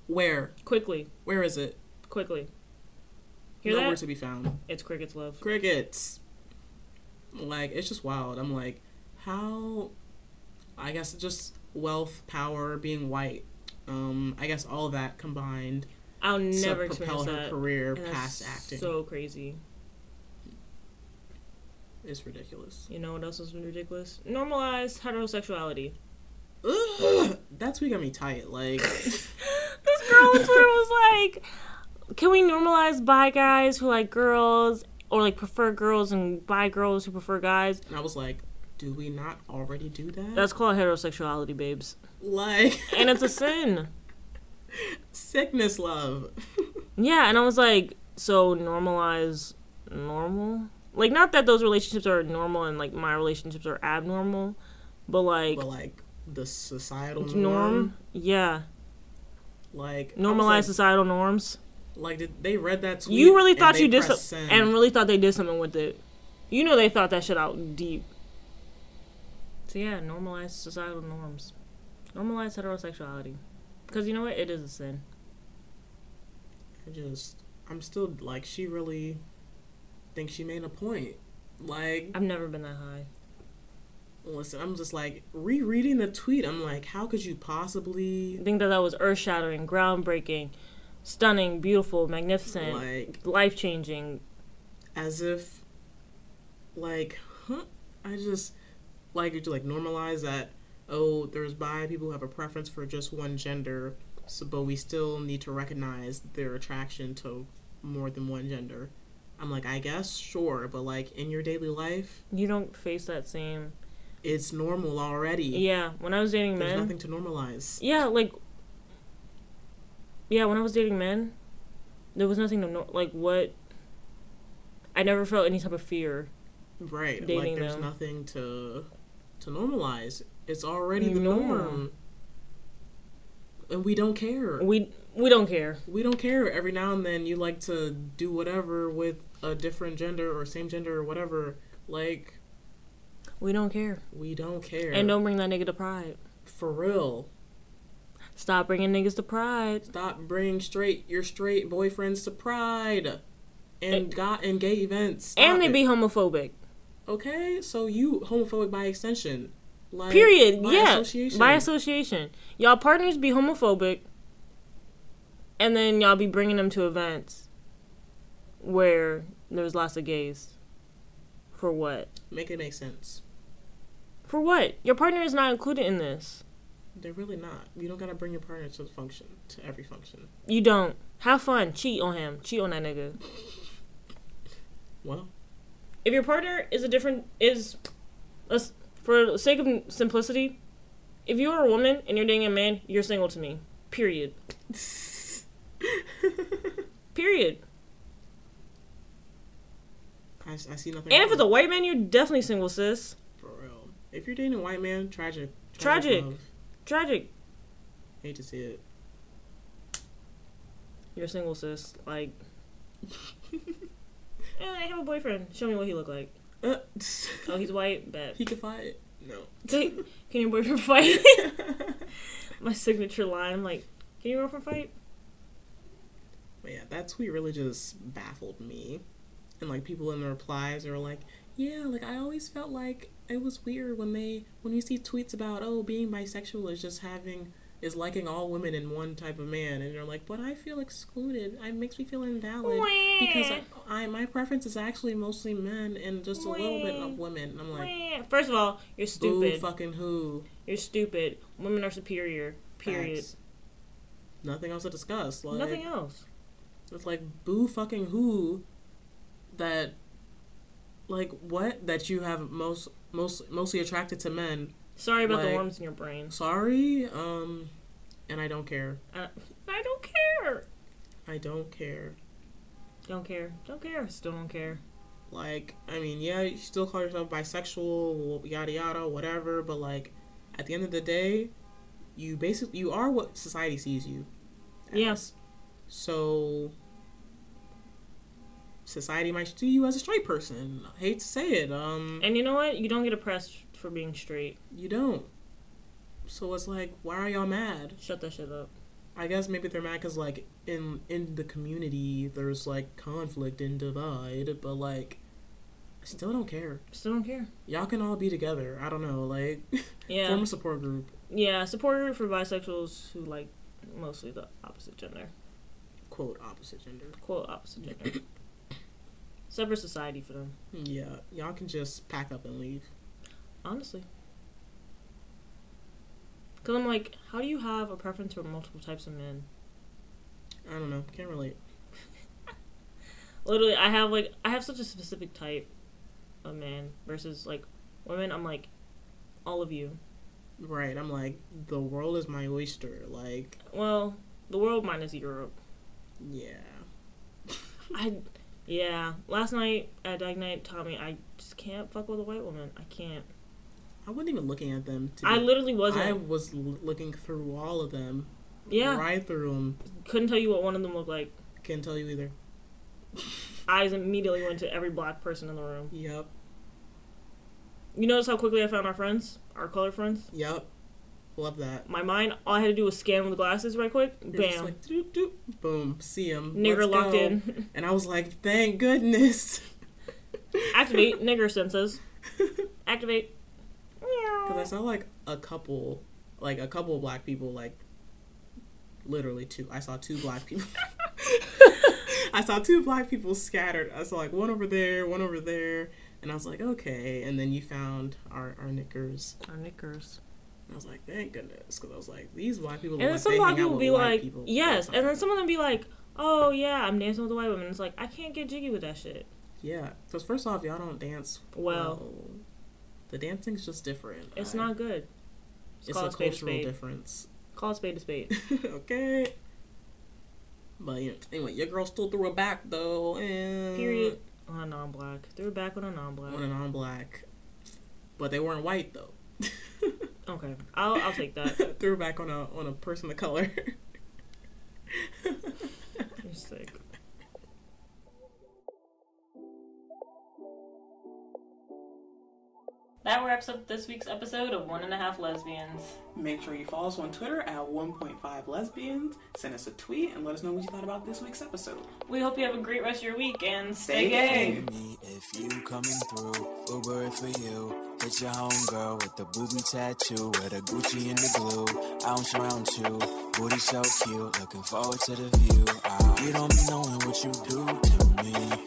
[SPEAKER 8] where?
[SPEAKER 7] quickly,
[SPEAKER 8] Where is it?
[SPEAKER 7] quickly. Hear
[SPEAKER 8] Nowhere
[SPEAKER 7] that?
[SPEAKER 8] to be found.
[SPEAKER 7] It's crickets love.
[SPEAKER 8] Crickets. Like it's just wild. I'm like, how? I guess just wealth, power, being white. Um, I guess all that combined
[SPEAKER 7] I'll never
[SPEAKER 8] to
[SPEAKER 7] experience
[SPEAKER 8] propel her
[SPEAKER 7] that.
[SPEAKER 8] career
[SPEAKER 7] And that's
[SPEAKER 8] past acting.
[SPEAKER 7] So crazy.
[SPEAKER 8] it's ridiculous.
[SPEAKER 7] You know what else is ridiculous? Normalize heterosexuality.
[SPEAKER 8] Ugh, that's what got me tight. Like,
[SPEAKER 7] this girl on Twitter was like, "Can we normalize bi guys who like girls, or like prefer girls and bi girls who prefer guys?"
[SPEAKER 8] and I was like, do we not already do that?
[SPEAKER 7] That's called heterosexuality, babes,
[SPEAKER 8] like
[SPEAKER 7] and it's a sin.
[SPEAKER 8] sickness, love.
[SPEAKER 7] Yeah, and I was like, "So normalize normal." Like, not that those relationships are normal and like my relationships are abnormal, but like
[SPEAKER 8] but like the societal norm,
[SPEAKER 7] norm, yeah,
[SPEAKER 8] like I was
[SPEAKER 7] normalize
[SPEAKER 8] Like,
[SPEAKER 7] societal norms.
[SPEAKER 8] like did they read that tweet?
[SPEAKER 7] You really
[SPEAKER 8] and
[SPEAKER 7] thought
[SPEAKER 8] they
[SPEAKER 7] you did
[SPEAKER 8] pressed
[SPEAKER 7] some,
[SPEAKER 8] send.
[SPEAKER 7] and really thought they did something with it. You know they thought that shit out deep. So yeah, normalize societal norms, normalize heterosexuality, because you know what, it is a sin.
[SPEAKER 8] I just I'm still like she really thinks she made a point. Like
[SPEAKER 7] I've never been that high.
[SPEAKER 8] listen, I'm just like rereading the tweet. I'm like, how could you possibly
[SPEAKER 7] I think that that was earth shattering, groundbreaking, stunning, beautiful, magnificent,
[SPEAKER 8] like
[SPEAKER 7] life changing.
[SPEAKER 8] as if like huh? I just like to like normalize that oh there's bi people who have a preference for just one gender, so but we still need to recognize their attraction to more than one gender. I'm like, I guess sure, but like in your daily life,
[SPEAKER 7] You don't face that same.
[SPEAKER 8] it's normal already.
[SPEAKER 7] Yeah, when I was dating
[SPEAKER 8] There's
[SPEAKER 7] men,
[SPEAKER 8] nothing to normalize.
[SPEAKER 7] yeah, like, yeah, when I was dating men, there was nothing to know, like, what, I never felt any type of fear.
[SPEAKER 8] Right.
[SPEAKER 7] Dating
[SPEAKER 8] like there's
[SPEAKER 7] them.
[SPEAKER 8] nothing to to normalize. It's already the
[SPEAKER 7] Normal.
[SPEAKER 8] norm. And we don't care.
[SPEAKER 7] We, we don't care.
[SPEAKER 8] We don't care. Every now and then you like to do whatever with a different gender or same gender or whatever. Like
[SPEAKER 7] We don't care.
[SPEAKER 8] we don't care.
[SPEAKER 7] And don't bring that nigga to pride.
[SPEAKER 8] For real.
[SPEAKER 7] Stop bringing niggas to pride.
[SPEAKER 8] Stop bringing straight your straight boyfriends to pride. And got and gay events. Stop
[SPEAKER 7] and they
[SPEAKER 8] it.
[SPEAKER 7] be homophobic.
[SPEAKER 8] okay. So you homophobic by extension, like
[SPEAKER 7] Period.
[SPEAKER 8] by
[SPEAKER 7] yeah.
[SPEAKER 8] association.
[SPEAKER 7] By association. Y'all partners be homophobic. And then y'all be bringing them to events where there's lots of gays. For what?
[SPEAKER 8] Make it make sense.
[SPEAKER 7] For what? Your partner is not included in this.
[SPEAKER 8] They're really not. You don't gotta bring your partner to the function, to every function.
[SPEAKER 7] You don't. Have fun. Cheat on him. Cheat on that nigga.
[SPEAKER 8] Well,
[SPEAKER 7] if your partner is a different is let's for the sake of simplicity if you're a woman and you're dating a man you're single to me period period
[SPEAKER 8] I, I see nothing.
[SPEAKER 7] and if it's a
[SPEAKER 8] wrong
[SPEAKER 7] white man you're definitely single sis
[SPEAKER 8] with- for real, if you're dating a white man, tragic,
[SPEAKER 7] Tragic.
[SPEAKER 8] love.
[SPEAKER 7] tragic
[SPEAKER 8] Hate to see it.
[SPEAKER 7] you're single sis like eh, i have a boyfriend show me what he look like
[SPEAKER 8] Uh,
[SPEAKER 7] oh he's white bet
[SPEAKER 8] he can fight. No.
[SPEAKER 7] Can your boyfriend fight? My signature line. I'm like, can your girlfriend fight?
[SPEAKER 8] But yeah, that tweet really just baffled me. And like people in the replies are like, yeah, like I always felt like it was weird when they when you see tweets about oh being bisexual is just having is liking all women and one type of man and you're like but i feel excluded it makes me feel invalid because I, I my preference is actually mostly men and just a little bit of women and i'm like
[SPEAKER 7] Eh, First of all, you're
[SPEAKER 8] who
[SPEAKER 7] stupid.
[SPEAKER 8] fucking who
[SPEAKER 7] You're stupid. Women are superior. Period.
[SPEAKER 8] Facts. nothing else to discuss like
[SPEAKER 7] Nothing else.
[SPEAKER 8] It's like boo fucking who that like what that you have most most mostly attracted to men.
[SPEAKER 7] Sorry about the
[SPEAKER 8] Like-
[SPEAKER 7] worms in your brain.
[SPEAKER 8] Sorry, um and I don't care.
[SPEAKER 7] I, I don't care.
[SPEAKER 8] I don't care.
[SPEAKER 7] Don't care. Don't care. Still don't care.
[SPEAKER 8] Like, I mean, yeah, you still call yourself bisexual, yada yada, whatever, but like at the end of the day, you basically you are what society sees you.
[SPEAKER 7] Yes.
[SPEAKER 8] So society might see you as a straight person. I hate to say it. Um
[SPEAKER 7] And you know what? You don't get oppressed for being straight.
[SPEAKER 8] You don't. So it's like, why are y'all mad?
[SPEAKER 7] Shut that shit up.
[SPEAKER 8] I guess maybe they're mad because like in in the community there's like conflict and divide, but like, I still don't care.
[SPEAKER 7] Still don't care.
[SPEAKER 8] Y'all can all be together. I don't know, like
[SPEAKER 7] Yeah.
[SPEAKER 8] form a support group.
[SPEAKER 7] Yeah. Supporter for bisexuals who like mostly the opposite gender.
[SPEAKER 8] Quote opposite gender.
[SPEAKER 7] Quote opposite gender. Separate society for them.
[SPEAKER 8] Yeah, y'all can just pack up and leave.
[SPEAKER 7] Honestly. Because I'm like, how do you have a preference for multiple types of men?
[SPEAKER 8] I don't know. Can't relate.
[SPEAKER 7] Literally, I have like, I have such a specific type of man versus like women. I'm like, all of you.
[SPEAKER 8] Right. I'm like, the world is my oyster. Like,
[SPEAKER 7] Well, the world minus Europe.
[SPEAKER 8] yeah.
[SPEAKER 7] I, yeah. Last night at Dag Night taught me I just can't fuck with a white woman. I can't.
[SPEAKER 8] I wasn't even looking at them. To
[SPEAKER 7] I
[SPEAKER 8] be-
[SPEAKER 7] literally wasn't.
[SPEAKER 8] I was l- looking through all of them.
[SPEAKER 7] yeah.
[SPEAKER 8] Right through them.
[SPEAKER 7] Couldn't tell you what one of them looked like.
[SPEAKER 8] Can't tell you either.
[SPEAKER 7] Eyes immediately went to every black person in the room.
[SPEAKER 8] Yep,
[SPEAKER 7] You notice how quickly I found our friends, our color friends.
[SPEAKER 8] yep. Love that.
[SPEAKER 7] My mind, all I had to do was scan the glasses right quick.
[SPEAKER 8] You're just
[SPEAKER 7] Bam.
[SPEAKER 8] like, doop, doop. Boom. See him.
[SPEAKER 7] Nigger locked in.
[SPEAKER 8] And I was like, thank goodness.
[SPEAKER 7] Activate nigger senses. Activate.
[SPEAKER 8] Because I saw like a couple, like a couple of black people, like literally two. I saw two black people. I saw two black people scattered. I saw like one over there, one over there. And I was like, okay. And then you found our, our knickers.
[SPEAKER 7] Our niggers.
[SPEAKER 8] And I was like, thank goodness. Because I was like, these black people. look
[SPEAKER 7] And then
[SPEAKER 8] like
[SPEAKER 7] some
[SPEAKER 8] they
[SPEAKER 7] black
[SPEAKER 8] hang out
[SPEAKER 7] people
[SPEAKER 8] with
[SPEAKER 7] be
[SPEAKER 8] white
[SPEAKER 7] like,
[SPEAKER 8] people all the
[SPEAKER 7] yes.
[SPEAKER 8] time.
[SPEAKER 7] And then some of them be like, oh yeah, I'm dancing with the white woman. It's like I can't get jiggy with that shit.
[SPEAKER 8] Yeah, because first off, y'all don't dance
[SPEAKER 7] Well.
[SPEAKER 8] The dancing's just different.
[SPEAKER 7] It's
[SPEAKER 8] I-
[SPEAKER 7] not good. Just
[SPEAKER 8] It's
[SPEAKER 7] call
[SPEAKER 8] a
[SPEAKER 7] a spade a
[SPEAKER 8] cultural
[SPEAKER 7] spade.
[SPEAKER 8] difference.
[SPEAKER 7] Call a spade a spade.
[SPEAKER 8] okay. But yeah, anyway, your girl still threw it back though, and
[SPEAKER 7] Period. On a non-black. Threw it back on a non-black.
[SPEAKER 8] on a non-black. But they weren't white though.
[SPEAKER 7] Okay, I'll I'll take that.
[SPEAKER 8] threw it back on a on a person of color.
[SPEAKER 7] You're sick. That wraps up this week's episode of One and a Half Lesbians.
[SPEAKER 8] Make sure you follow us on Twitter at 1.5 lesbians. Send us a tweet and let us know what you thought about this week's episode.
[SPEAKER 7] We hope you have a great rest of your week and stay,
[SPEAKER 8] Stay
[SPEAKER 7] gay.
[SPEAKER 8] gay.
[SPEAKER 4] me if you coming through. Uber it for you. Hit your homegirl with the booby tattoo, with a Gucci and the glue. Ounce round two, booty so cute. Looking forward to the view. Ah, you don't be knowing what you do to me.